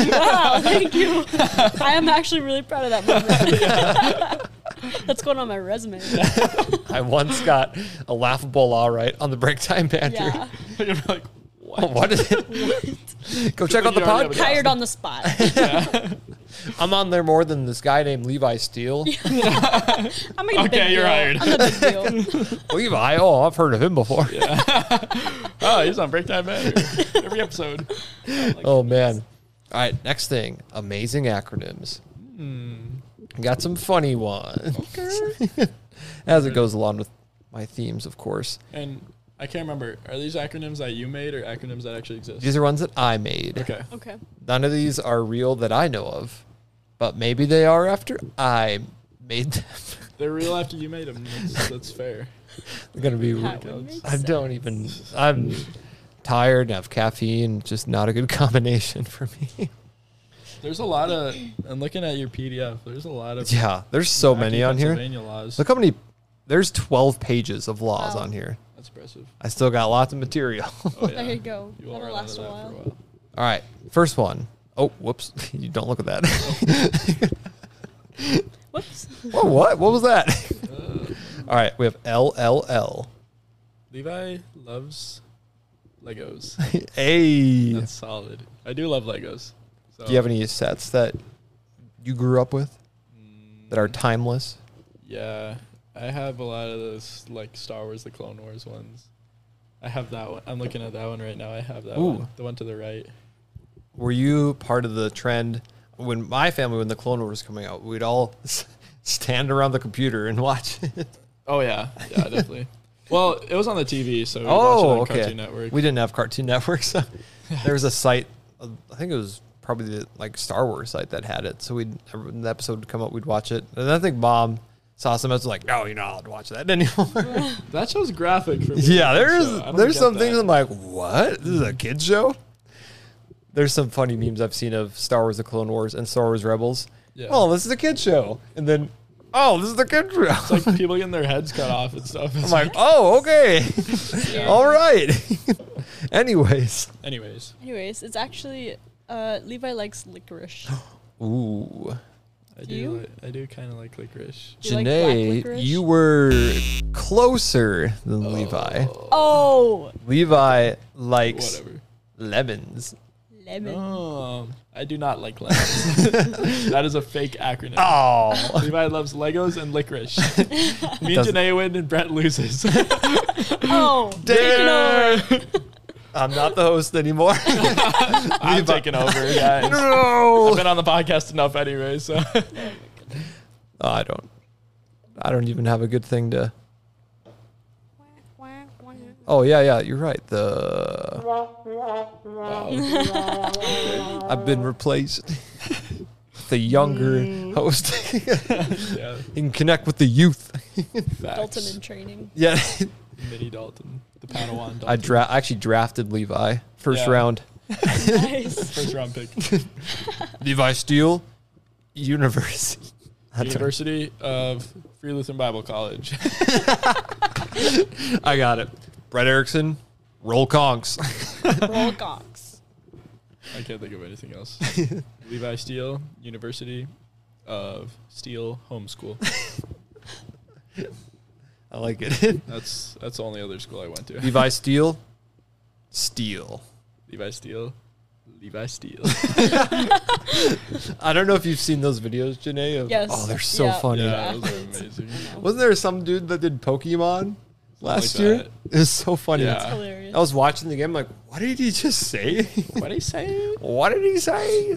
Speaker 3: do.
Speaker 2: wow, <laughs> thank you. I am actually really proud
Speaker 3: <laughs>
Speaker 2: of that moment. <laughs> that's going on my resume. Yeah.
Speaker 1: I once got a laughable law right on the break time banter.
Speaker 2: <laughs>
Speaker 1: <laughs>
Speaker 3: <laughs>
Speaker 1: Oh,
Speaker 3: You're like, what?
Speaker 1: What is it? Go check out the
Speaker 3: You already
Speaker 1: podcast.
Speaker 3: have it.
Speaker 2: Hired on the spot.
Speaker 1: I'm on there more than this guy named Levi Steele.
Speaker 2: <laughs> I'm making a big
Speaker 3: Okay, you're
Speaker 2: deal.
Speaker 3: hired.
Speaker 2: I'm the big
Speaker 3: <laughs>
Speaker 2: deal.
Speaker 1: Levi, oh, I've heard of him before.
Speaker 3: Oh, he's on Break Time Matter <laughs> every episode.
Speaker 1: <laughs> Oh man. All right, next thing. Amazing acronyms. Got some funny ones. As it goes along with my themes, of course.
Speaker 3: And I can't remember. Are these acronyms that you made or acronyms that actually exist?
Speaker 1: These are ones that I made.
Speaker 3: okay.
Speaker 2: Okay.
Speaker 1: None of these are real that I know of, but maybe they are after I made them. <laughs>
Speaker 3: They're real after you made them. That's, that's fair.
Speaker 1: They're gonna be.
Speaker 2: That
Speaker 1: real.
Speaker 2: would make
Speaker 1: I don't even. I'm tired and have caffeine. Just not a good <laughs> combination for me. <laughs>
Speaker 3: There's a lot of. I'm looking at your PDF. There's a lot of.
Speaker 1: yeah, there's so
Speaker 3: wacky
Speaker 1: many on here.
Speaker 3: Pennsylvania laws.
Speaker 1: Look how many. There's 12 pages of laws
Speaker 2: Wow.
Speaker 1: on here.
Speaker 2: <laughs>
Speaker 3: That's impressive.
Speaker 1: I still got lots of material. <laughs>
Speaker 3: Oh, yeah.
Speaker 2: There you go.
Speaker 3: You
Speaker 2: That'll
Speaker 3: won't run out of
Speaker 2: last a
Speaker 3: that for a
Speaker 2: while.
Speaker 3: while.
Speaker 1: All right, first one. Oh, whoops! <laughs> you don't look at that.
Speaker 3: Oh.
Speaker 1: <laughs>
Speaker 2: Whoops.
Speaker 1: <laughs> Whoa, what? What was that? All right, we have LLL.
Speaker 3: Levi loves
Speaker 1: <laughs>
Speaker 3: Legos.
Speaker 1: hey,
Speaker 3: That's solid. I do love Legos. So,
Speaker 1: do you have any sets that you grew up with that are timeless?
Speaker 3: Yeah, I have a lot of those like Star Wars, the Clone Wars ones. I have that one. I'm looking at that one right now. I have that
Speaker 1: Ooh.
Speaker 3: one. The one to the right.
Speaker 1: Were you part of the trend when my family, when the Clone Wars was coming out, we'd all <laughs> stand around the computer and watch <laughs> it.
Speaker 3: Oh yeah, <laughs> yeah, definitely. Well, it was on the TV, so we
Speaker 1: Oh,
Speaker 3: watched it on
Speaker 1: okay.
Speaker 3: Cartoon Network.
Speaker 1: We didn't have Cartoon Network,
Speaker 3: <laughs>
Speaker 1: so there was a site. uh, I think it was probably the, like Star Wars site that had it. So we'd when the episode would come up, we'd watch it, and I think mom saw some. I was like, "No, you're not allowed to watch that <laughs>
Speaker 3: <laughs>
Speaker 1: anymore."
Speaker 3: that show's graphic for me.
Speaker 1: yeah, there's
Speaker 3: so I don't
Speaker 1: there's
Speaker 3: get
Speaker 1: some things
Speaker 3: that.
Speaker 1: I'm like, "What? This is a kids show." There's some funny memes I've seen of Star Wars: The Clone Wars and Star Wars Rebels.
Speaker 3: Yeah.
Speaker 1: Oh, this is a kids show, and then oh, this is the kids show.
Speaker 3: It's <laughs> like people getting their heads cut off and stuff.
Speaker 1: <laughs> I'm like, oh,
Speaker 3: <laughs>
Speaker 1: okay, <laughs> all right. <laughs> Anyways.
Speaker 3: anyways,
Speaker 2: Anyways, it's actually uh, Levi
Speaker 1: <gasps>
Speaker 2: likes licorice. <gasps>
Speaker 1: Ooh.
Speaker 3: I do,
Speaker 2: Do you?
Speaker 3: Like, I do kind of like licorice.
Speaker 2: You like black
Speaker 1: Janae,
Speaker 2: licorice?
Speaker 1: you were closer than Levi.
Speaker 2: Oh,
Speaker 1: Levi likes
Speaker 3: Whatever.
Speaker 2: <laughs>
Speaker 1: lemons.
Speaker 2: lemon.
Speaker 3: Um, I do not <laughs> like lemons. that is a fake acronym.
Speaker 1: Oh.
Speaker 3: Levi loves Legos and licorice. Me and
Speaker 1: Doesn't-
Speaker 3: Janae win and
Speaker 1: <laughs>
Speaker 3: Brett loses.
Speaker 2: Oh,
Speaker 1: Dinner. <laughs> I'm not the host
Speaker 2: <laughs>
Speaker 1: anymore.
Speaker 3: I'm taking over, guys. I've
Speaker 1: no.
Speaker 3: been on the podcast enough
Speaker 1: <laughs>
Speaker 3: anyway, so <laughs>
Speaker 1: Oh, I don't. I don't even have a good thing to. Oh yeah, yeah. You're right. The
Speaker 3: wow.
Speaker 1: I've been replaced. <laughs> the younger
Speaker 2: Mm.
Speaker 1: host. <laughs> you
Speaker 3: yeah,
Speaker 1: can connect with the youth. <laughs>
Speaker 2: Dalton
Speaker 3: facts.
Speaker 2: in training.
Speaker 1: yeah.
Speaker 3: Mini Dalton, the Padawan Dalton.
Speaker 1: I dra- I actually drafted Levi first
Speaker 3: Yeah.
Speaker 1: round.
Speaker 2: nice.
Speaker 3: First
Speaker 1: <laughs>
Speaker 3: round pick.
Speaker 1: Levi Steele, University. <laughs> I don't-
Speaker 3: University of Free Lutheran Bible College.
Speaker 1: I got it. Brett Erickson, roll conks.
Speaker 2: Roll Cox.
Speaker 3: I can't think of anything
Speaker 1: <laughs>
Speaker 3: else. Levi Steele, University of Steele Homeschool.
Speaker 1: I like it. <laughs>
Speaker 3: That's that's the only other school I went to.
Speaker 1: Levi Steele, Steele.
Speaker 3: Levi Steele. Levi Steele.
Speaker 1: I don't know if you've seen those videos, Janae. Of,
Speaker 2: Yes.
Speaker 1: Oh, they're so
Speaker 2: Yeah.
Speaker 1: funny.
Speaker 3: yeah, those are
Speaker 2: Athletes.
Speaker 3: amazing.
Speaker 1: Wasn't there some dude that did Pokemon last
Speaker 3: like
Speaker 1: year?
Speaker 3: that.
Speaker 1: It was so funny.
Speaker 3: Yeah.
Speaker 2: Hilarious.
Speaker 1: I was watching the game, like, what did he just say? <laughs>
Speaker 3: What do you say?
Speaker 1: what did he say?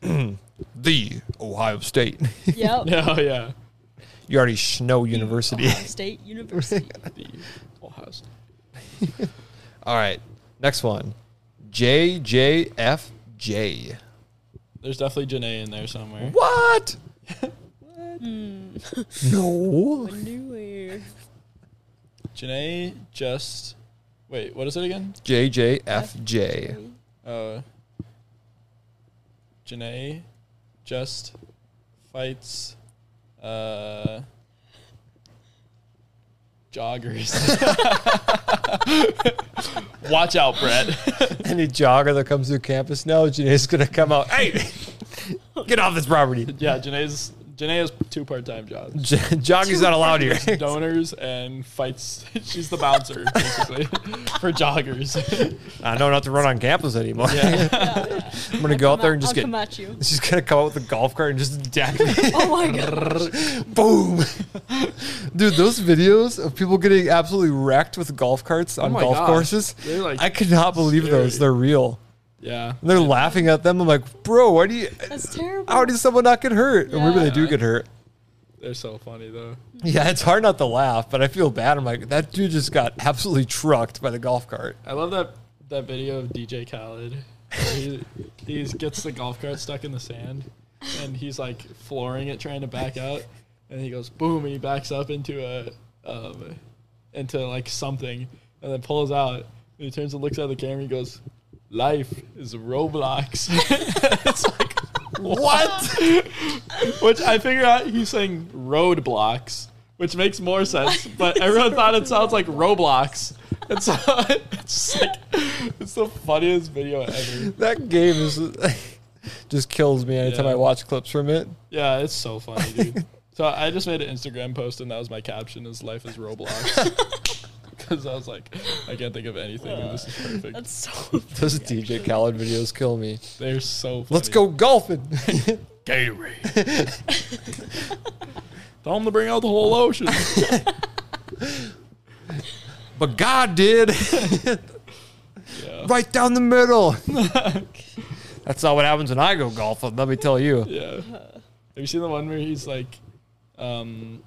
Speaker 1: <clears throat> the Ohio State.
Speaker 2: Yep.
Speaker 3: No, <laughs> yeah.
Speaker 1: <laughs> you already know <laughs> University.
Speaker 2: Ohio State University.
Speaker 1: <laughs>
Speaker 3: The Ohio State.
Speaker 1: All right. Next one. JJFJ.
Speaker 3: There's definitely Janae in there somewhere.
Speaker 1: What?
Speaker 2: Hmm.
Speaker 1: no.
Speaker 2: Underwear.
Speaker 3: Janae just. Wait, what is it again?
Speaker 1: JJFJ.
Speaker 3: Uh, Janae just fights uh, <laughs> joggers. Watch out, Brett.
Speaker 1: Any jogger that comes through campus now, Janae's going to come out. Hey, get off this property.
Speaker 3: yeah, Janae's Janae has two part-time jobs:
Speaker 1: J- jogging's not allowed here.
Speaker 3: <laughs> donors and fights. <laughs> She's the bouncer, basically, <laughs> for joggers.
Speaker 1: <laughs>
Speaker 3: <laughs>
Speaker 1: I know not to run on campus anymore.
Speaker 3: yeah,
Speaker 2: Yeah, yeah.
Speaker 1: I'm going to go out there and
Speaker 2: I'll
Speaker 1: just get.
Speaker 2: come at
Speaker 1: <laughs>
Speaker 2: you.
Speaker 1: She's going to come out with a golf cart and just deck me.
Speaker 2: Oh
Speaker 1: <laughs>
Speaker 2: my god.
Speaker 1: Boom. Dude, those videos of people getting absolutely wrecked with golf carts on
Speaker 3: Oh my
Speaker 1: golf
Speaker 3: gosh.
Speaker 1: courses,
Speaker 3: They're, like,
Speaker 1: I could not believe those.
Speaker 3: scary.
Speaker 1: They're real.
Speaker 3: yeah.
Speaker 1: And they're laughing at them. I'm like, bro, why do you,
Speaker 2: That's terrible.
Speaker 1: how does someone not get hurt? Or maybe they do
Speaker 3: Yeah.
Speaker 1: get hurt.
Speaker 3: They're so funny though.
Speaker 1: Yeah, it's hard not to laugh, but I feel bad. I'm like, that dude just got absolutely trucked by the golf cart. <laughs>
Speaker 3: I love that that video of DJ Khaled. Where he, he gets the golf cart stuck in the sand, and he's like flooring it, trying to back out, and he goes boom, and he backs up into a um, into like something, and then pulls out. And he turns and looks at the camera. He goes, "Life is Roblox." <laughs> it's like,
Speaker 1: What?
Speaker 3: which I figure out he's saying roadblocks, which makes more sense. But everyone thought it sounds like Roblox. And <laughs> so it's just like it's the funniest video ever.
Speaker 1: that game is <laughs> just kills me anytime
Speaker 3: Yeah.
Speaker 1: I watch clips from it.
Speaker 3: Yeah, it's so funny, dude. So I just made an Instagram post and that was my caption is life is Roblox. because I was like, I can't think of anything, and this is perfect.
Speaker 2: That's so.
Speaker 1: Those DJ Khaled videos kill me.
Speaker 3: They're so. Funny.
Speaker 1: Let's go golfing. <laughs>
Speaker 3: Gatorade. Tell them to bring out the whole ocean.
Speaker 1: but God did <laughs>
Speaker 3: yeah.
Speaker 1: right down the
Speaker 3: <laughs>
Speaker 1: middle. <laughs> That's not what happens when I go golfing. Let me tell you.
Speaker 3: Yeah. Have you seen the one where he's like, um,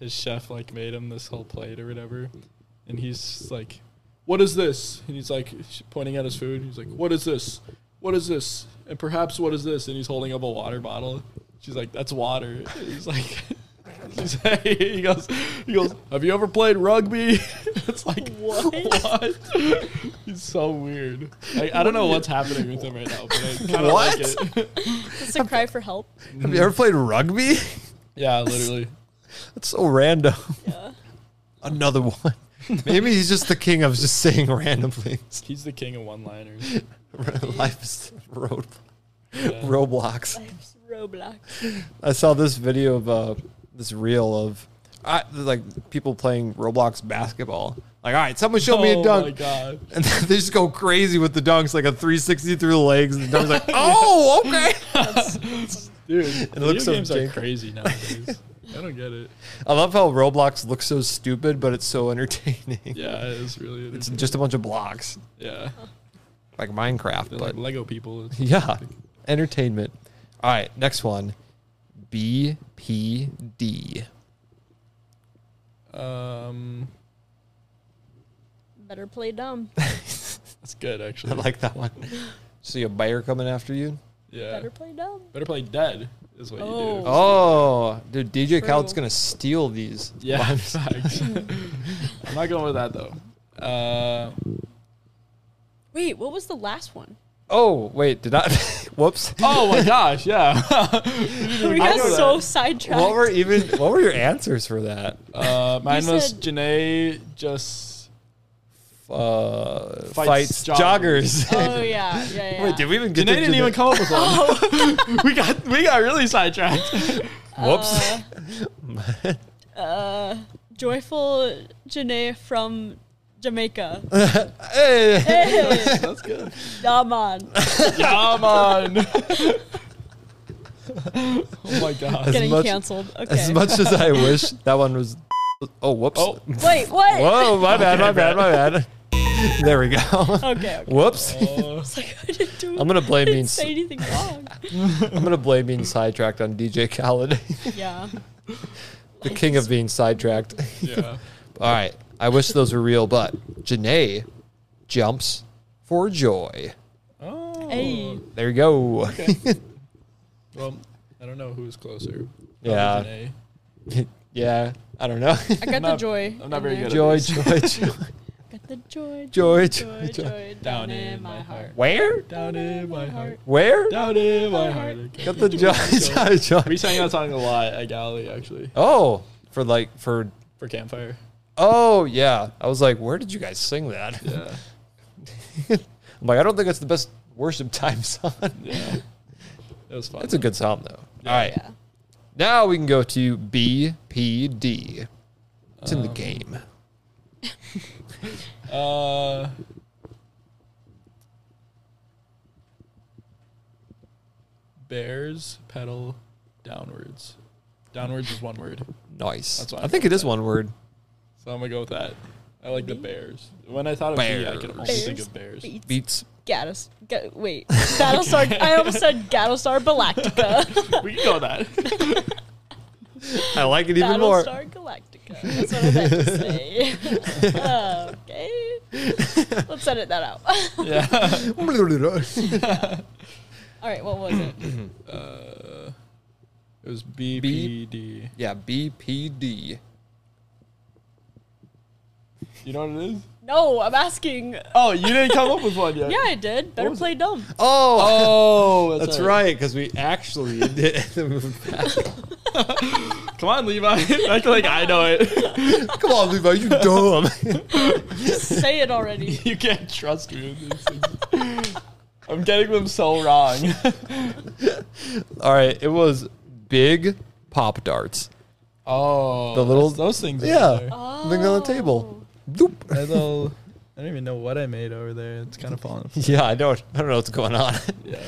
Speaker 3: his chef like made him this whole plate or whatever, and he's like, "What is this?" And he's like sh- pointing at his food. He's like, "What is this? What is this?" And perhaps what is this? And he's holding up a water bottle. She's like, "That's water." <laughs> And he's like. he's- <laughs> he goes. He goes. Have you ever played rugby? <laughs> it's like <laughs> what? He's so weird. Like, I don't know what's happening with him right now, but I kind of like
Speaker 1: What?
Speaker 3: it.
Speaker 2: It's a cry for help.
Speaker 1: Have you ever played rugby? <laughs>
Speaker 3: Yeah, literally.
Speaker 1: That's so random.
Speaker 2: Yeah.
Speaker 1: Another
Speaker 3: <laughs>
Speaker 1: one. Maybe he's just the king of just saying random things. <laughs>
Speaker 3: He's the king of one liners.
Speaker 1: Life is road
Speaker 3: Yeah.
Speaker 1: Roblox.
Speaker 2: Life's Roblox.
Speaker 1: I saw this video of uh, this reel of I, like people playing Roblox basketball. Like, all right, someone show me
Speaker 3: oh
Speaker 1: a
Speaker 3: my
Speaker 1: dunk,
Speaker 3: god.
Speaker 1: and <laughs> then they just go crazy with the dunks, like a 360 through the legs. And the dunk's like, oh, okay.
Speaker 3: Dude, it
Speaker 1: looks
Speaker 3: looks
Speaker 1: so
Speaker 3: games are
Speaker 1: janky.
Speaker 3: crazy nowadays. I don't get it.
Speaker 1: <laughs> I love how Roblox looks so stupid, but it's so entertaining. <laughs>
Speaker 3: Yeah, it's really
Speaker 1: It's just a bunch of blocks,
Speaker 3: yeah.
Speaker 1: like Minecraft,
Speaker 3: They're
Speaker 1: but
Speaker 3: like Lego
Speaker 1: <laughs>
Speaker 3: people.
Speaker 1: Yeah. Entertainment. All right, next one. BPD.
Speaker 3: Um,
Speaker 2: Better play dumb.
Speaker 3: that's good actually.
Speaker 1: I like that one. See a buyer coming after you?
Speaker 3: yeah.
Speaker 2: Better
Speaker 3: Better,
Speaker 2: play dumb.
Speaker 3: play dead is what you do.
Speaker 2: Oh.
Speaker 1: Oh, dude, DJ
Speaker 2: True.
Speaker 1: Khaled's gonna steal these.
Speaker 3: <laughs>
Speaker 2: <laughs>
Speaker 3: Yeah, facts. <laughs> I'm not going with that though. Uh,
Speaker 2: Wait, what was the last one?
Speaker 1: Oh, wait, did I? <laughs> Whoops.
Speaker 3: oh my gosh, yeah. <laughs>
Speaker 2: We got
Speaker 3: I know
Speaker 2: so
Speaker 3: that.
Speaker 2: sidetracked.
Speaker 1: What were even? What were your answers for that?
Speaker 3: Uh, mine was
Speaker 2: said-
Speaker 3: Janae just
Speaker 1: Uh, fights,
Speaker 3: Fights,
Speaker 1: joggers.
Speaker 3: joggers.
Speaker 2: oh yeah, yeah,
Speaker 1: <laughs>
Speaker 2: yeah.
Speaker 1: Wait, did we even get?
Speaker 3: Janae
Speaker 1: to
Speaker 3: didn't even
Speaker 1: Janae?
Speaker 3: come up <laughs> with one. we got we got really <laughs> sidetracked.
Speaker 1: Whoops.
Speaker 2: Uh, joyful Janae from
Speaker 1: <laughs>
Speaker 2: Jamaica.
Speaker 1: <laughs>
Speaker 2: <laughs>
Speaker 1: hey.
Speaker 2: Hey,
Speaker 3: That's good.
Speaker 2: nah, man.
Speaker 3: Yeah, man. oh my god.
Speaker 2: Getting
Speaker 1: much-
Speaker 2: canceled. Okay.
Speaker 1: As much as I wish that one <laughs> was. Oh, whoops.
Speaker 3: <laughs> Oh,
Speaker 2: Wait, what?
Speaker 1: Whoa, my bad, my bad, my <laughs> bad. There we go.
Speaker 2: <laughs>
Speaker 1: <laughs>
Speaker 2: Okay. okay.
Speaker 1: Whoops.
Speaker 3: uh,
Speaker 2: It's like I didn't do.
Speaker 1: I'm gonna
Speaker 2: I
Speaker 1: blame being
Speaker 2: didn't
Speaker 1: s-
Speaker 2: <laughs> say anything
Speaker 1: <laughs>
Speaker 2: wrong.
Speaker 1: I'm gonna blame being sidetracked on DJ Khaled, <laughs>
Speaker 2: yeah.
Speaker 1: the king of being sidetracked. <laughs>
Speaker 3: yeah.
Speaker 1: All right, I wish those were real, but Janae jumps for joy.
Speaker 3: Oh.
Speaker 2: Hey.
Speaker 1: There you go.
Speaker 3: Well, I don't know who's closer.
Speaker 1: <laughs> Yeah.
Speaker 3: Probably Janae.
Speaker 1: <laughs> yeah, Oh, I <laughs> don't know.
Speaker 2: I got the
Speaker 3: not-
Speaker 2: joy.
Speaker 3: I'm not
Speaker 2: in
Speaker 3: very
Speaker 2: there.
Speaker 3: good at-
Speaker 1: joy, joy, joy. <laughs>
Speaker 2: Got the joy.
Speaker 1: Joy, joy,
Speaker 2: Joy.
Speaker 1: <laughs> joy.
Speaker 2: Joy. Down in my heart.
Speaker 1: Where?
Speaker 3: Down in my heart.
Speaker 1: Where?
Speaker 3: Down in my heart.
Speaker 1: Got
Speaker 3: <laughs>
Speaker 1: the joy, joy, joy.
Speaker 3: We sang that song a lot at Galley, actually,
Speaker 1: Oh, for like for.
Speaker 3: for campfire.
Speaker 1: Oh yeah, I was like, where did you guys sing <laughs> that?
Speaker 3: Yeah.
Speaker 1: I'm like, I don't think that's the best worship time <laughs> song.
Speaker 3: Yeah. It was fun.
Speaker 1: That's a good song though.
Speaker 3: Yeah.
Speaker 1: All right.
Speaker 2: Yeah.
Speaker 1: Now we can go to BPD. It's in the
Speaker 3: Um,
Speaker 1: game.
Speaker 3: Uh, bears pedal downwards. Downwards is one word,
Speaker 1: Nice.
Speaker 3: that's why
Speaker 1: I
Speaker 3: I
Speaker 1: think it is one word.
Speaker 3: so I'm gonna go with that. I like the bears. When I thought of bee, I could only
Speaker 1: Bears.
Speaker 3: think of bears.
Speaker 2: Beats.
Speaker 1: Beats.
Speaker 2: Gattos. Ga-
Speaker 1: <laughs>
Speaker 2: wait. Battlestar. I almost said Gattlestar Galactica.
Speaker 3: <laughs> We can go with that.
Speaker 1: I like it <laughs> even more.
Speaker 2: Battlestar Galactica. That's what I meant to say.
Speaker 1: <laughs>
Speaker 2: okay. Let's edit that out. <laughs>
Speaker 3: yeah.
Speaker 1: <laughs>
Speaker 2: All right. What was it?
Speaker 3: Uh, it was BPD.
Speaker 1: yeah, BPD.
Speaker 3: You know what it is?
Speaker 2: No, I'm asking. Yeah,
Speaker 3: Oh, you didn't come up with one yet.
Speaker 2: I did. Better
Speaker 3: was
Speaker 2: play dumb.
Speaker 1: Oh,
Speaker 3: Oh,
Speaker 1: that's right, because we actually <laughs> did.
Speaker 3: Come on, Levi.
Speaker 1: <laughs>
Speaker 3: <laughs> Act like I know it. <laughs>
Speaker 1: Come on, Levi, you dumb. <laughs>
Speaker 2: Just say it already.
Speaker 3: You can't trust me with these things.
Speaker 1: <laughs>
Speaker 3: I'm getting them so wrong. <laughs>
Speaker 1: All right, it was Big Pop Darts.
Speaker 3: Oh,
Speaker 1: The little-
Speaker 3: those things.
Speaker 1: Yeah.
Speaker 3: Are there.
Speaker 1: They're on the table.
Speaker 2: Oh.
Speaker 1: Doop.
Speaker 3: <laughs> That little, I don't even know what I made over there. It's kind of falling.
Speaker 1: <laughs> Yeah, I don't. I don't know what's going on. <laughs>
Speaker 3: Yeah.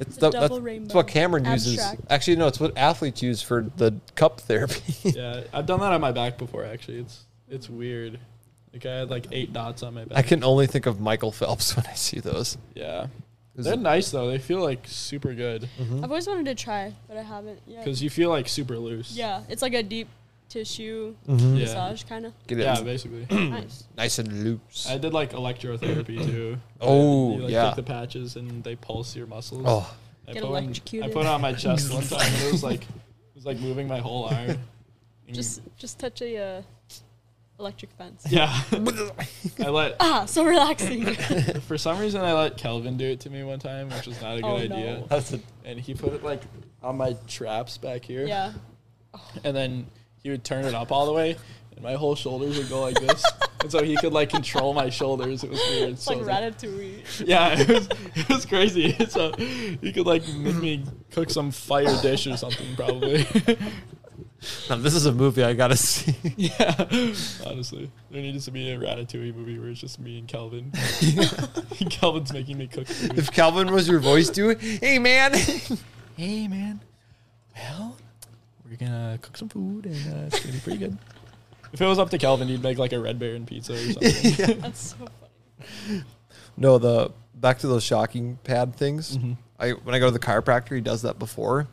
Speaker 1: It's the,
Speaker 2: The
Speaker 1: that's,
Speaker 2: double
Speaker 1: it's what
Speaker 2: rainbow.
Speaker 1: Cameron uses.
Speaker 2: Abstract.
Speaker 1: Actually, no, it's what athletes use for the cup therapy. <laughs>
Speaker 3: Yeah. I've done that on my back before, actually. It's it's weird. Like, I had like eight dots on my back.
Speaker 1: I can only think of Michael Phelps when I see those.
Speaker 3: Yeah.
Speaker 1: Is
Speaker 3: They're
Speaker 1: it-
Speaker 3: nice, though. They feel like super good
Speaker 1: Mhm.
Speaker 2: Oh. I've always wanted to try, but I haven't yet.
Speaker 3: because you feel like super loose.
Speaker 2: yeah, it's like a deep tissue
Speaker 1: Mhm.
Speaker 3: Yeah.
Speaker 2: massage
Speaker 1: <clears throat>
Speaker 2: kind of.
Speaker 1: Get it
Speaker 3: Yeah, basically.
Speaker 2: nice.
Speaker 1: nice and loose.
Speaker 3: I did like electrotherapy too.
Speaker 1: Oh,
Speaker 3: You, like,
Speaker 1: yeah.
Speaker 3: Take the patches and they pulse your muscles.
Speaker 1: oh,
Speaker 3: I
Speaker 2: Get
Speaker 3: put one-
Speaker 2: electrocuted.
Speaker 3: I put it on my
Speaker 2: <laughs>
Speaker 3: chest one time. And it was like it was like moving my whole arm. And you-
Speaker 2: Just just touch a uh, electric fence.
Speaker 3: yeah. <laughs> I let
Speaker 2: Ah, so relaxing. <laughs>
Speaker 3: for some reason I let Kelvin do it to me one time, which was not a good
Speaker 2: Oh,
Speaker 3: idea.
Speaker 2: no.
Speaker 1: that's a
Speaker 3: And he put it like on my traps back here.
Speaker 2: yeah.
Speaker 3: And then he would turn it up all the way, and my whole shoulders would go like
Speaker 2: <laughs>
Speaker 3: this. and so he could like control my shoulders. It was weird.
Speaker 2: It's
Speaker 3: so
Speaker 2: like
Speaker 3: I was like,
Speaker 2: ratatouille. <laughs>
Speaker 3: Yeah, it was, it was crazy. <laughs> So you could like make me cook some fire dish or something,
Speaker 2: <laughs>
Speaker 3: probably.
Speaker 1: now this is a movie I gotta <laughs> see.
Speaker 3: yeah, honestly, there needed to be a Ratatouille movie where it's just me and
Speaker 2: <laughs>
Speaker 3: Kelvin. <laughs> Kelvin's making me cook. Food.
Speaker 1: if Calvin was your voice, do it. Hey, man. <laughs>
Speaker 3: Hey, man. Well, we're gonna cook some food, and uh, it's gonna be pretty good. <laughs> If it was up to Kelvin, he'd make like a Red Baron pizza or <laughs> something.
Speaker 2: That's so funny.
Speaker 1: No, the back to those shocking pad things.
Speaker 3: Mm-hmm.
Speaker 1: I when I go to the chiropractor, he does that before.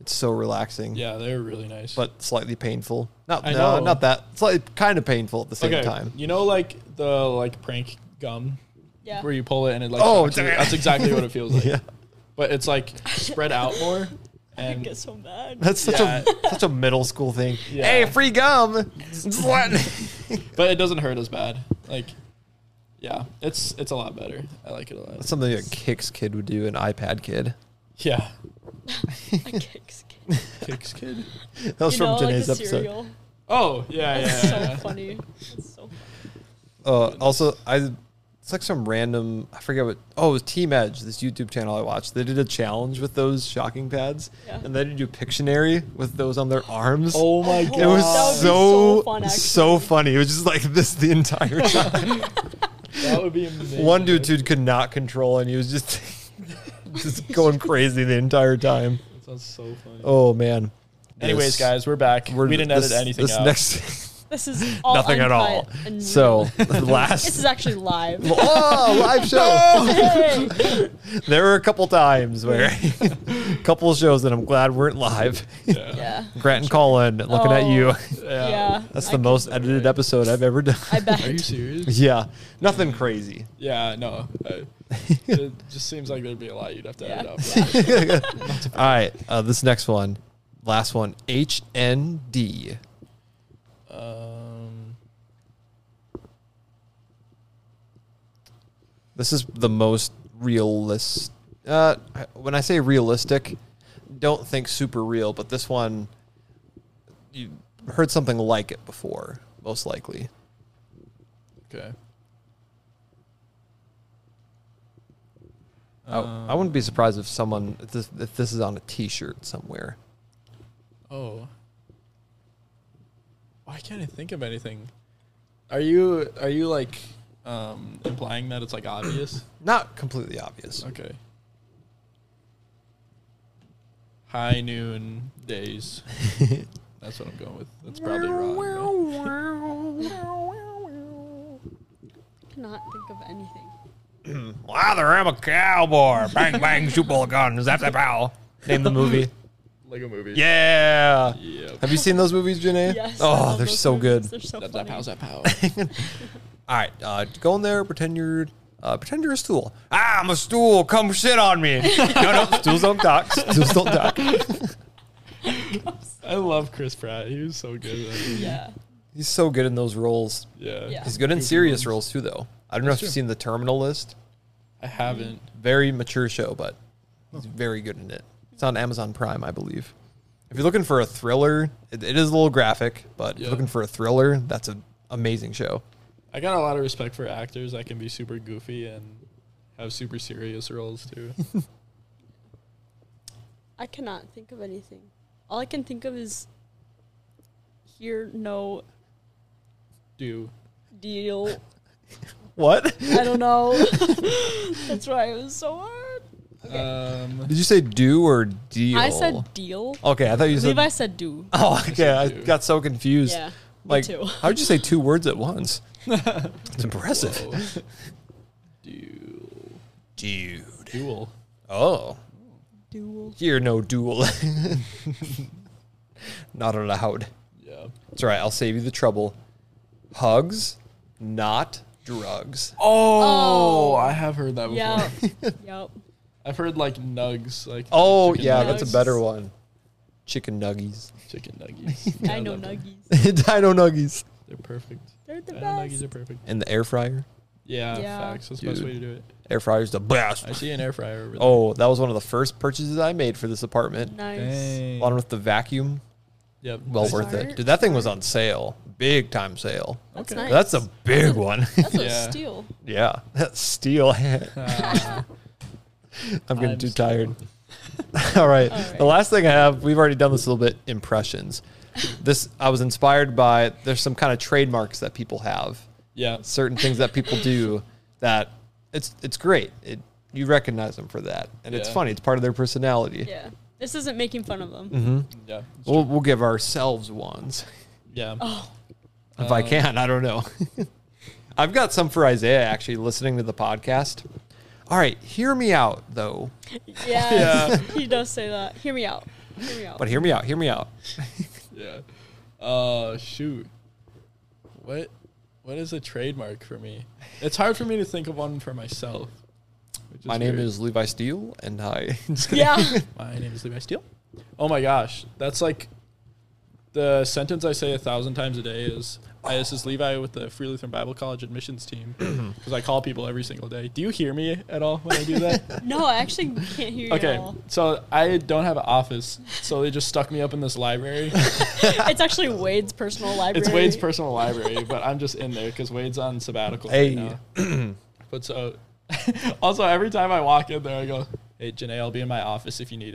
Speaker 1: It's so relaxing,
Speaker 3: yeah, they're really nice.
Speaker 1: but slightly painful. Not
Speaker 3: I
Speaker 1: no,
Speaker 3: know.
Speaker 1: not that. It's like kind of painful at the same time.
Speaker 3: you know, like the like prank gum
Speaker 2: Yeah.
Speaker 3: where you pull it and it like
Speaker 1: Oh,
Speaker 3: shocks you?
Speaker 1: damn.
Speaker 3: that's exactly what it feels <laughs> like.
Speaker 1: <laughs> Yeah,
Speaker 3: but it's like spread out more.
Speaker 2: I
Speaker 3: And
Speaker 2: get so
Speaker 1: <laughs>
Speaker 2: mad.
Speaker 1: that's such a such a middle school
Speaker 3: <laughs>
Speaker 1: thing.
Speaker 3: Yeah.
Speaker 1: Hey, free
Speaker 3: <laughs>
Speaker 1: gum. What? <laughs>
Speaker 3: but it doesn't hurt as bad. Like, yeah, it's it's a lot better. I like it a lot.
Speaker 1: That's something a Kicks kid would do. An iPad kid.
Speaker 3: <laughs> Yeah,
Speaker 2: I get scared.
Speaker 3: kicks kid.
Speaker 1: That was
Speaker 2: you
Speaker 1: from
Speaker 2: know,
Speaker 1: today's
Speaker 2: like the
Speaker 1: episode.
Speaker 2: cereal.
Speaker 3: Oh
Speaker 2: <laughs>
Speaker 3: yeah, yeah.
Speaker 2: That's
Speaker 3: yeah.
Speaker 2: so funny. That's so funny.
Speaker 1: Uh, also, I it's like some random I forget what. Oh, it was Team Edge, this YouTube channel I watched. They did a challenge with those shocking pads,
Speaker 2: Yeah.
Speaker 1: and they did do Pictionary with those on their arms.
Speaker 3: Oh my
Speaker 2: It
Speaker 3: god,
Speaker 1: it was so
Speaker 2: That would be so fun, actually.
Speaker 1: so funny. It was just like this the
Speaker 2: <laughs>
Speaker 1: entire time.
Speaker 3: that would be amazing.
Speaker 1: One dude, dude could not control, and he was just <laughs> just going crazy the entire time.
Speaker 3: That sounds so funny.
Speaker 1: Oh man.
Speaker 3: Anyways,
Speaker 1: This-
Speaker 3: guys, we're back.
Speaker 1: we're-
Speaker 3: we did not
Speaker 1: this-
Speaker 3: edit anything
Speaker 1: This
Speaker 3: out. <laughs>
Speaker 1: next <laughs>
Speaker 2: This is all
Speaker 1: nothing at
Speaker 2: uncut
Speaker 1: all.
Speaker 2: and
Speaker 1: So
Speaker 2: real.
Speaker 1: last
Speaker 2: <laughs> this is actually live.
Speaker 1: oh live show.
Speaker 2: <laughs> Hey!
Speaker 1: There were a couple times where <laughs> couple shows that I'm glad weren't live. <laughs>
Speaker 3: yeah.
Speaker 2: Yeah.
Speaker 1: Grant and Colin looking at you.
Speaker 2: Oh,
Speaker 3: Yeah.
Speaker 2: Yeah.
Speaker 1: <laughs> That's
Speaker 2: I
Speaker 1: the
Speaker 2: can-
Speaker 1: most edited episode I've ever done.
Speaker 2: I bet. <laughs>
Speaker 3: Are you serious?
Speaker 1: <laughs> yeah. Nothing crazy.
Speaker 3: Yeah, no. I,
Speaker 1: <laughs>
Speaker 3: it just seems like there'd be a lot you'd have to edit
Speaker 2: Yeah.
Speaker 3: out.
Speaker 1: All right. Uh, this next one. Last one. HND.
Speaker 3: <laughs> Um,
Speaker 1: This is the most realist. Uh, when I say realistic, don't think super real, but this one, you heard something like it before, most likely.
Speaker 3: okay.
Speaker 1: I, I wouldn't be surprised if someone if this, if this is on a T-shirt somewhere.
Speaker 3: Oh. Why can't I think of anything? Are you are you like um, implying that it's
Speaker 1: <coughs>
Speaker 3: like obvious?
Speaker 1: Not completely obvious.
Speaker 3: Okay. High noon
Speaker 1: <laughs>
Speaker 3: days. That's what I'm going with. That's probably wrong. though.
Speaker 2: cannot think of anything.
Speaker 1: Lather, I'm a cowboy. Bang bang, shoot ball guns. That's a bow. Name the movie.
Speaker 3: Like a movie.
Speaker 1: <laughs> Yeah.
Speaker 3: Yep.
Speaker 1: Have you seen those movies, Janae?
Speaker 2: Yes. I
Speaker 1: Oh,
Speaker 2: love
Speaker 1: they're
Speaker 2: those
Speaker 1: so
Speaker 2: movies.
Speaker 1: good.
Speaker 2: They're so
Speaker 3: Zap, zap,
Speaker 2: funny.
Speaker 3: pow,
Speaker 2: <laughs>
Speaker 3: zap, pow.
Speaker 1: All right, uh, go in there. Pretend you're. Uh, pretend you're a stool. Ah, I'm a stool. Come sit on me. <laughs> no, no, stools don't talk. <laughs> Stools don't talk.
Speaker 3: I love Chris Pratt. He was so
Speaker 1: <laughs>
Speaker 3: good. at that.
Speaker 2: Yeah.
Speaker 1: He's so good in those roles.
Speaker 3: Yeah.
Speaker 2: Yeah.
Speaker 1: He's good in serious roles too, though. I don't know if you've
Speaker 3: true.
Speaker 1: seen The Terminal List.
Speaker 3: I haven't.
Speaker 1: very mature show, but he's very good in it. It's on Amazon Prime, I believe. If you're looking for a thriller, it, it is a little graphic, but if
Speaker 3: Yeah.
Speaker 1: you're looking for a thriller, that's an amazing show.
Speaker 3: I got a lot of respect for actors that can be super goofy and have super serious roles
Speaker 2: <laughs>
Speaker 3: too.
Speaker 2: I cannot think of anything. All I can think of is hear no
Speaker 3: Do
Speaker 2: deal.
Speaker 1: What?
Speaker 2: I don't <laughs> know. That's why it was so hard.
Speaker 3: Um,
Speaker 1: Did you say do or deal?
Speaker 2: I said deal.
Speaker 1: Okay, I thought you said.
Speaker 2: Levi said do.
Speaker 1: <laughs> oh, okay. I
Speaker 3: do.
Speaker 1: got so confused.
Speaker 2: Yeah. me
Speaker 1: like,
Speaker 2: too. <laughs>
Speaker 1: how would you say two words at
Speaker 3: <laughs>
Speaker 1: once? It's impressive.
Speaker 3: whoa. Duel.
Speaker 1: Dude.
Speaker 3: Duel.
Speaker 1: Oh,
Speaker 2: Dual.
Speaker 1: here no duel. <laughs> Not allowed.
Speaker 3: Yeah.
Speaker 1: That's all right. I'll save you the trouble. Hugs, not drugs.
Speaker 3: Oh,
Speaker 2: Oh.
Speaker 3: I have heard that before. <laughs>
Speaker 2: Yeah. yep.
Speaker 3: I've heard like nugs, like
Speaker 1: Oh
Speaker 3: chicken
Speaker 1: yeah,
Speaker 3: nuggies.
Speaker 1: that's a better one. Chicken nuggies. <laughs>
Speaker 2: <laughs>
Speaker 3: chicken nuggies. I
Speaker 2: Dino
Speaker 3: love them. <laughs>
Speaker 2: nuggies.
Speaker 1: Dino nuggies.
Speaker 3: They're perfect.
Speaker 2: They're the
Speaker 3: Dino
Speaker 2: best.
Speaker 3: nuggies are perfect.
Speaker 1: And the air fryer.
Speaker 3: Yeah,
Speaker 2: Yeah.
Speaker 3: facts. That's the best
Speaker 1: Dude.
Speaker 3: way to do it.
Speaker 1: Air fryer's the best.
Speaker 3: I see an air fryer over there.
Speaker 1: Oh, that was one of the first purchases I made for this apartment.
Speaker 2: Nice.
Speaker 3: Dang.
Speaker 1: Along with the vacuum,
Speaker 3: Yep.
Speaker 1: Oh. well
Speaker 3: Nice.
Speaker 1: worth it.
Speaker 2: Smart.
Speaker 1: Dude, that thing was on sale, big time sale.
Speaker 2: That's
Speaker 3: Okay.
Speaker 2: nice.
Speaker 1: That's a
Speaker 2: <laughs>
Speaker 1: big one. <laughs>
Speaker 2: That's
Speaker 3: Yeah.
Speaker 2: a steal.
Speaker 1: yeah, that's steel. I'm <laughs>
Speaker 3: Uh,
Speaker 1: getting
Speaker 3: I'm
Speaker 1: too
Speaker 3: still-
Speaker 1: tired. <laughs> All right.
Speaker 2: All
Speaker 1: The
Speaker 2: right.
Speaker 1: last thing I have, we've already done this a little bit. Impressions. This I was inspired by. There's some kind of trademarks that people have,
Speaker 3: yeah.
Speaker 1: certain things that people
Speaker 2: <laughs>
Speaker 1: do that it's it's great. It you recognize them for that, and it's
Speaker 3: Yeah.
Speaker 1: funny. It's part of their personality.
Speaker 2: Yeah. This isn't making fun of them.
Speaker 3: Mm-hmm. Yeah.
Speaker 1: We'll we'll give ourselves ones
Speaker 3: Yeah.
Speaker 2: Oh,
Speaker 1: if I
Speaker 3: Um,
Speaker 1: can. I don't know. <laughs> I've got some for Isaiah actually listening to the podcast. All right, hear me out though.
Speaker 2: <laughs>
Speaker 3: <laughs>
Speaker 2: yeah. he does say that. Hear me out. Hear me out.
Speaker 1: But hear me out. Hear me out.
Speaker 3: Yeah. Uh shoot. What what is a trademark for me? It's hard for me to think of one for myself. which
Speaker 1: My name
Speaker 3: weird.
Speaker 1: is Levi Steele, and I. <laughs>
Speaker 3: <laughs>
Speaker 2: yeah.
Speaker 3: My name is Levi Steele. Oh my gosh. That's like the sentence I say a thousand times a day is Hi, this is Levi with the Free Lutheran Bible College
Speaker 1: <clears throat>
Speaker 3: admissions team. Because I call people every single day. Do you hear me at all when I do that?
Speaker 2: No, I actually can't hear you at
Speaker 3: okay.
Speaker 2: all. <laughs>
Speaker 3: So I don't have an office. So they just stuck me up in this library.
Speaker 2: It's actually Wade's personal library.
Speaker 3: It's Wade's personal library, but I'm just in there because Wade's on sabbatical.
Speaker 1: Hey.
Speaker 3: Right now.
Speaker 1: <clears throat>
Speaker 3: But so, <laughs> also every time I walk in there, I go, "Hey, Janae, I'll be in my office if you
Speaker 2: <laughs>
Speaker 3: need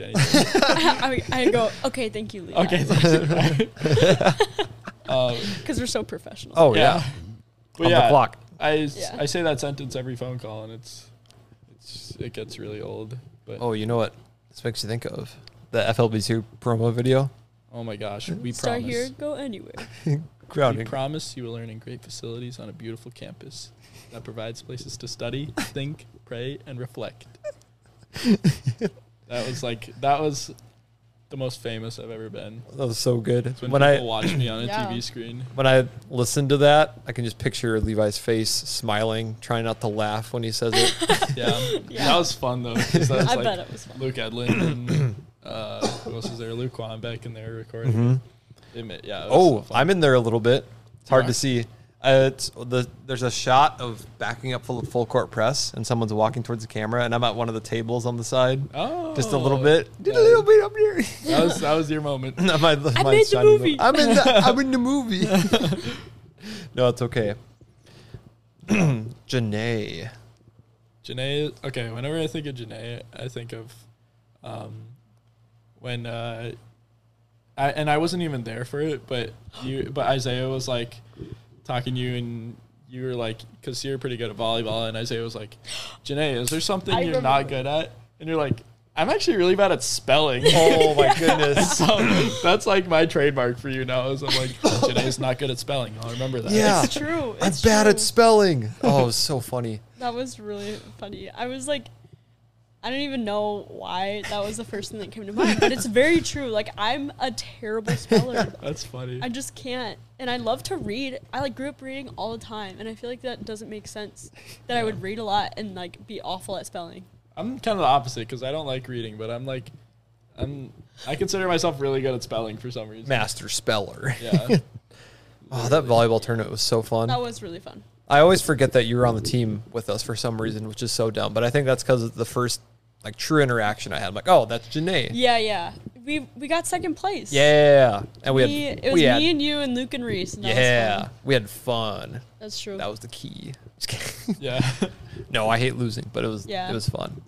Speaker 2: <laughs>
Speaker 3: anything."
Speaker 2: I, I go, okay, thank you, Levi. <laughs>
Speaker 3: okay, thanks. um,
Speaker 2: Because we're so professional.
Speaker 1: <laughs> Oh yeah,
Speaker 3: yeah. But
Speaker 1: on the clock.
Speaker 3: I s-
Speaker 2: Yeah.
Speaker 3: I say that sentence every phone call, and it's it's it gets really old. But oh,
Speaker 1: Oh, you know what? This makes you think of the FLB2 promo video.
Speaker 3: oh my gosh, we
Speaker 2: Start
Speaker 3: promise.
Speaker 2: here, go anywhere.
Speaker 1: Grounding.
Speaker 3: We promise you will learn in great facilities on a beautiful campus that provides places to study, think, pray, and reflect. that was like that was the most famous I've ever been.
Speaker 1: that was so good.
Speaker 3: It's when,
Speaker 1: When, I
Speaker 3: people watch me on a
Speaker 2: Yeah. <laughs>
Speaker 3: TV screen.
Speaker 1: when I listen to that, I can just picture Levi's face smiling, trying not to laugh when he says it.
Speaker 3: Yeah.
Speaker 2: Yeah.
Speaker 3: that was fun though. 'cause That was
Speaker 2: I
Speaker 3: like
Speaker 2: bet it was fun.
Speaker 3: Luke
Speaker 1: <coughs>
Speaker 3: Edlin and uh, who else was there? Luke Wambeck in there recording. It ma- yeah. it was so
Speaker 1: Mm-hmm. oh,
Speaker 3: fun.
Speaker 1: I'm in there a little bit. It's hard
Speaker 3: You
Speaker 1: to
Speaker 3: are.
Speaker 1: see. Uh, it's the there's a shot of backing up full of full court press, and someone's walking towards the camera, and I'm at one of the tables on the side,
Speaker 3: oh,
Speaker 1: just a little bit,
Speaker 3: That,
Speaker 1: Did a little bit up <laughs> here.
Speaker 3: that was that was your
Speaker 1: <laughs>
Speaker 3: moment.
Speaker 1: No, my- my
Speaker 2: made the
Speaker 1: son-
Speaker 2: movie.
Speaker 1: I'm in <laughs> the, I'm in the movie. no, it's okay. <clears throat> Janae.
Speaker 3: Janae. Okay, whenever I think of Janae, I think of um, when uh, I and I wasn't even there for it, but you, but Isaiah was like talking to you, and you were like, because you're pretty good at volleyball, and Isaiah was like, Janae, is there something
Speaker 2: I
Speaker 3: you're not
Speaker 2: remember.
Speaker 3: good at? And you're like, I'm actually really bad at spelling. <laughs>
Speaker 1: Oh my <laughs> goodness.
Speaker 3: So that's like my trademark for you now. Is I'm like Janae's not good at spelling. I'll remember that.
Speaker 1: Yeah.
Speaker 2: It's true.
Speaker 1: I'm
Speaker 2: it's
Speaker 1: bad
Speaker 2: true.
Speaker 1: at spelling. Oh, it was so funny.
Speaker 2: That was really funny. I was like, I don't even know why that was the first thing that came to mind, but it's very true. Like, I'm a terrible speller.
Speaker 3: that's funny.
Speaker 2: I just can't. And I love to read. I like grew up reading all the time, and I feel like that doesn't make sense that I would read a lot and like be awful at spelling.
Speaker 3: I'm kind of the opposite because I don't like reading, but I'm like, I'm I consider myself really good at spelling for some reason.
Speaker 1: Master speller. <laughs>
Speaker 3: Yeah,
Speaker 1: Oh, that volleyball tournament was so fun.
Speaker 2: That was really fun.
Speaker 1: I always forget that you were on the team with us for some reason, which is so dumb. But I think that's because of the first like true interaction I had. I'm like, oh, that's Janae.
Speaker 2: Yeah, yeah. We we got second place.
Speaker 1: Yeah. And we had
Speaker 2: Me- it was
Speaker 1: we
Speaker 2: me
Speaker 1: had,
Speaker 2: and you and Luke and Reese. And that
Speaker 1: yeah,
Speaker 2: was fun.
Speaker 1: we had fun.
Speaker 2: that's true.
Speaker 1: That was the key. <laughs> Just kidding.
Speaker 3: yeah. <laughs>
Speaker 1: no, I hate losing, but it was
Speaker 2: Yeah.
Speaker 1: it was fun.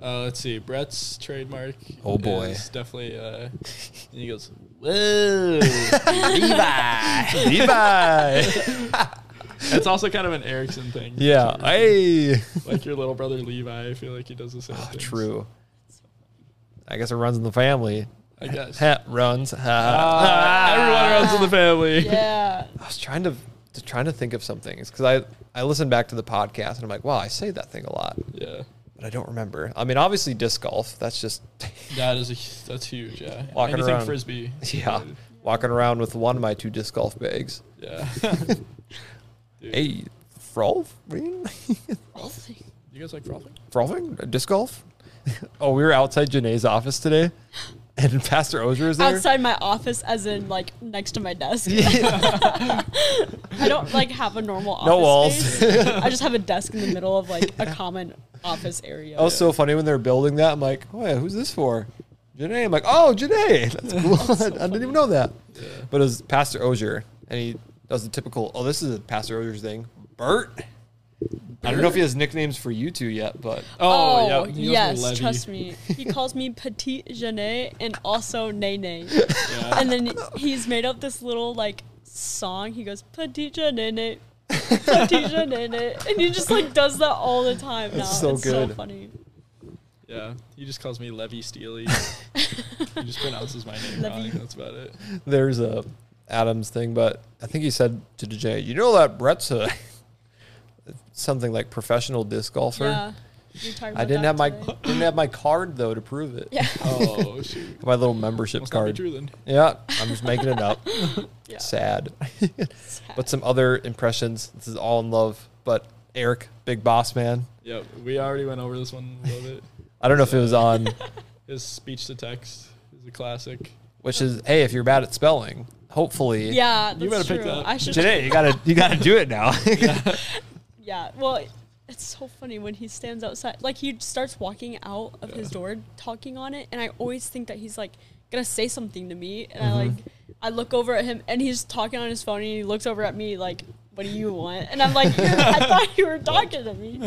Speaker 3: Uh, let's see, Brett's trademark.
Speaker 1: Oh, boy.
Speaker 3: is definitely. Uh, and he goes,
Speaker 1: <laughs>
Speaker 3: "Whoa, Levi!"
Speaker 1: <laughs> Levi.
Speaker 3: It's also kind of an Erickson thing.
Speaker 1: Yeah.
Speaker 3: too.
Speaker 1: Hey.
Speaker 3: like your little brother Levi, I feel like he does the same. things.
Speaker 1: Ah, True. I guess it runs in the family.
Speaker 3: I guess.
Speaker 1: Hat runs. Ha.
Speaker 3: Ah, everyone runs in the
Speaker 1: <laughs>
Speaker 3: family.
Speaker 2: Yeah.
Speaker 1: I was trying to, to trying to think of some things because I I listen back to the podcast and I'm like, wow, I say that thing a lot,
Speaker 3: Yeah.
Speaker 1: but I don't remember. I mean, obviously disc golf. That's just <laughs>
Speaker 3: That is a, hu- that's huge. Yeah.
Speaker 1: Walking
Speaker 3: Anything
Speaker 1: around.
Speaker 3: frisbee.
Speaker 1: yeah, walking around with one of my two disc golf bags.
Speaker 3: Yeah. <laughs> Dude,
Speaker 1: Hey, frolf, Really? <laughs>
Speaker 3: You guys like frolicking?
Speaker 1: frolfing, disc golf. <laughs> oh, we were outside Janae's office today, and <laughs> Pastor Ozer is <laughs> there.
Speaker 2: Outside <laughs> my office, as in like next to my desk. I don't like have a normal office.
Speaker 1: No walls.
Speaker 2: space. I just have a desk in the middle of like a common office area.
Speaker 1: That was so funny when they were building that. I'm like, oh yeah, who's this for? Janae. I'm like, oh, Janae. <laughs> That's cool. I didn't even know that. But it was Pastor Ozier, and he does the typical, oh, this is a Pastor Ozier's thing. Bert. I don't know if he has nicknames for you two yet, but <laughs>
Speaker 2: Oh,
Speaker 3: yeah, he goes by
Speaker 2: yes,
Speaker 3: Levy.
Speaker 2: trust me. He calls me Petite Jeanne and
Speaker 1: <laughs>
Speaker 2: also Nene.
Speaker 3: Yeah.
Speaker 2: and then he's made up this little like song. He goes Petite Jeanne, Petite Jeanne, and he just like does that all the time now.
Speaker 1: That's so
Speaker 2: it's so
Speaker 1: good.
Speaker 2: funny.
Speaker 3: yeah. He just calls me Levy
Speaker 2: <laughs>
Speaker 3: Steely. he just pronounces my name
Speaker 2: Levy.
Speaker 3: wrong. That's
Speaker 2: <laughs>
Speaker 3: about it.
Speaker 1: there's a Adams thing. But I think he said to Janae, you know that Brett's a <laughs> something like professional disc golfer.
Speaker 2: Yeah, we talked about
Speaker 1: I didn't
Speaker 2: that
Speaker 1: have my
Speaker 2: today.
Speaker 1: didn't have my card though to prove it.
Speaker 2: yeah. <laughs>
Speaker 3: Oh shoot.
Speaker 1: My little membership
Speaker 3: Must not be
Speaker 1: card.
Speaker 3: true then.
Speaker 1: Yeah, I'm just making it up.
Speaker 2: <laughs> yeah.
Speaker 1: Sad. but some other impressions. This is all in love. But Eric, big boss man.
Speaker 3: Yep. We already went over this one a little bit.
Speaker 1: I don't know if it was
Speaker 2: <laughs>
Speaker 1: on,
Speaker 3: His speech to text is a classic.
Speaker 1: which is hey, if you're bad at spelling, hopefully.
Speaker 2: Yeah, that's
Speaker 3: You better
Speaker 2: true.
Speaker 3: pick that up.
Speaker 2: I should.
Speaker 1: Today you gotta you gotta do it <laughs> now.
Speaker 2: Yeah. Well, it's so funny when he stands outside. Like he starts walking out of his
Speaker 3: Yeah.
Speaker 2: door, talking on it, and I always think that he's like gonna say something to me, and I like
Speaker 1: Mm-hmm.
Speaker 2: I look over at him, and he's talking on his phone, and he looks over at me like, "What do you want?" And I'm like, <laughs> "You're- "I thought you were talking
Speaker 1: <laughs>
Speaker 2: to me,"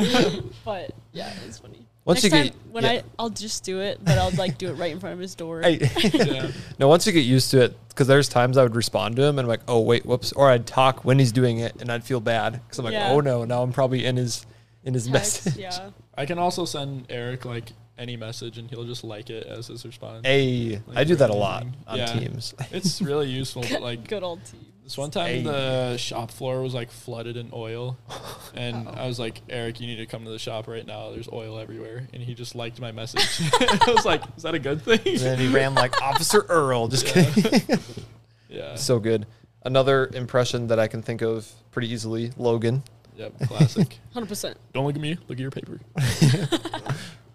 Speaker 2: but yeah, it's funny.
Speaker 1: Once
Speaker 2: Next
Speaker 1: you
Speaker 2: time
Speaker 1: get-
Speaker 2: when
Speaker 1: yeah.
Speaker 2: I I'll just do it, but I'll like do it right in front of his door. <laughs>
Speaker 1: <laughs> I-
Speaker 3: Yeah.
Speaker 1: no, once you get used to it, because there's times I would respond to him and I'm like, oh wait, whoops, or I'd talk when he's doing it and I'd feel bad because I'm like,
Speaker 2: Yeah.
Speaker 1: oh no, now I'm probably in his in his
Speaker 2: Text,
Speaker 1: message.
Speaker 2: yeah.
Speaker 3: I can also send Eric like any message and he'll just like it as his
Speaker 1: <laughs>
Speaker 3: response.
Speaker 1: Hey,
Speaker 3: Like,
Speaker 1: I do that a
Speaker 3: right,
Speaker 1: lot on
Speaker 3: yeah.
Speaker 1: teams. <laughs>
Speaker 3: It's really useful,
Speaker 2: <laughs>
Speaker 3: but like
Speaker 2: Good old team.
Speaker 3: this one time
Speaker 1: Hey.
Speaker 3: the shop floor was like flooded in oil,
Speaker 1: Oh.
Speaker 3: and I was like, Eric, you need to come to the shop right now. There's oil everywhere, and he just liked my message. <laughs> I was like, is that a good
Speaker 1: And
Speaker 3: thing?
Speaker 1: then he ran like Officer Earl. Just kidding.
Speaker 3: <laughs>
Speaker 1: <laughs>
Speaker 3: Yeah.
Speaker 1: so good. Another impression that I can think of pretty easily, Logan.
Speaker 3: Yep. Classic.
Speaker 2: Hundred percent.
Speaker 3: Don't look at me. Look at your paper.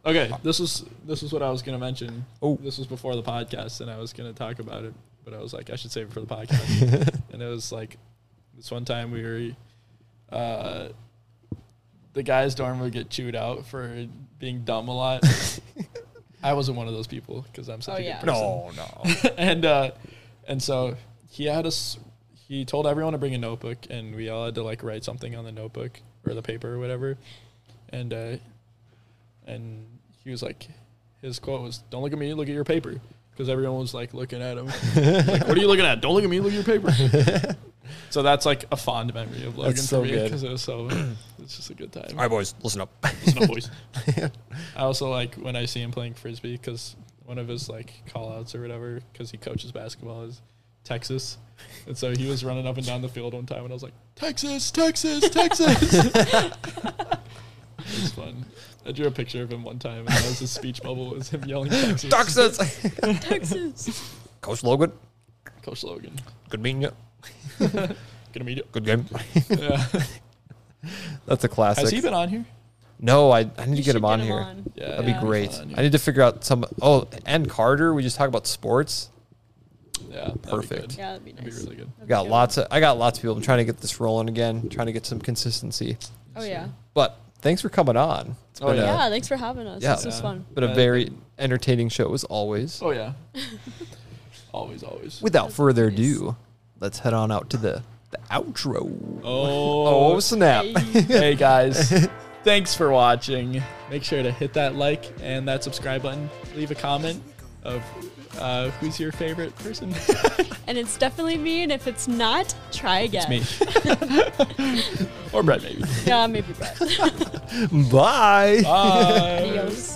Speaker 3: okay, this is this is what I was gonna mention.
Speaker 1: Oh.
Speaker 3: this was before the podcast, and I was gonna talk about it, but I was like, I should save it for the podcast. and it was like, this one time we were, uh, the guys' dorm would get chewed out for being dumb a lot. I wasn't one of those people because I'm such
Speaker 2: Oh,
Speaker 3: a
Speaker 2: yeah.
Speaker 3: good person
Speaker 1: no.
Speaker 3: <laughs> and uh, and so he had us. He told everyone to bring a notebook, and we all had to like write something on the notebook or the paper or whatever. And uh, and he was like, his quote was, "Don't look at me, look at your paper," because everyone was like looking
Speaker 1: <laughs>
Speaker 3: at him. like, what are you looking at? Don't look at me, look at your paper. so that's like a fond memory of Logan
Speaker 1: That's so
Speaker 3: for me
Speaker 1: good.
Speaker 3: because it was so. it's just a good time.
Speaker 1: All right, boys, listen up. <laughs>
Speaker 3: It's not boys. I also like when I see him playing frisbee because one of his like call outs or whatever, because he coaches basketball, is Texas. And so he was running up and down the field one time, and I was like, Texas, Texas, Texas. it was fun. I drew a picture of him one time, and that was his speech bubble was him yelling Texas.
Speaker 1: Texas.
Speaker 2: Texas.
Speaker 1: <laughs> Coach Logan,
Speaker 3: Coach Logan,
Speaker 1: good meeting you.
Speaker 3: gonna meet you.
Speaker 1: Good game.
Speaker 3: <laughs> Yeah.
Speaker 1: <laughs> That's a classic.
Speaker 3: Has he been on here?
Speaker 1: no, I, I need
Speaker 2: You
Speaker 1: to get
Speaker 2: should
Speaker 1: him on here.
Speaker 3: Yeah,
Speaker 1: That'd
Speaker 2: Yeah.
Speaker 1: be great.
Speaker 3: On here.
Speaker 1: I need to figure out some. Oh, and Carter. We just talk about sports.
Speaker 3: yeah, that'd be
Speaker 1: Perfect.
Speaker 3: good.
Speaker 2: Yeah, that'd be
Speaker 3: That'd
Speaker 2: nice.
Speaker 3: be really good.
Speaker 1: I got lots of. I got lots of people. I'm trying to get this rolling again. Trying to get some consistency.
Speaker 2: Oh yeah.
Speaker 1: But thanks for coming on. It's
Speaker 3: Oh,
Speaker 1: been
Speaker 3: yeah.
Speaker 1: a,
Speaker 2: Yeah, thanks for having us.
Speaker 1: Yeah.
Speaker 2: This was
Speaker 3: Yeah.
Speaker 2: fun.
Speaker 1: been a
Speaker 3: Uh,
Speaker 1: very entertaining show as always.
Speaker 3: Oh <laughs> yeah. always, always.
Speaker 1: Without further ado, let's head on out to the the outro.
Speaker 3: Oh,
Speaker 1: Oh snap!
Speaker 3: hey guys thanks for watching make sure to hit that like and that subscribe button leave a comment of uh, who's your favorite person. <laughs>
Speaker 2: And it's definitely me. And if it's not, try
Speaker 3: it's
Speaker 2: again.
Speaker 3: me. <laughs> or Brett, maybe.
Speaker 2: Yeah, maybe Brett.
Speaker 1: <laughs> Bye.
Speaker 3: Bye.
Speaker 2: Adios.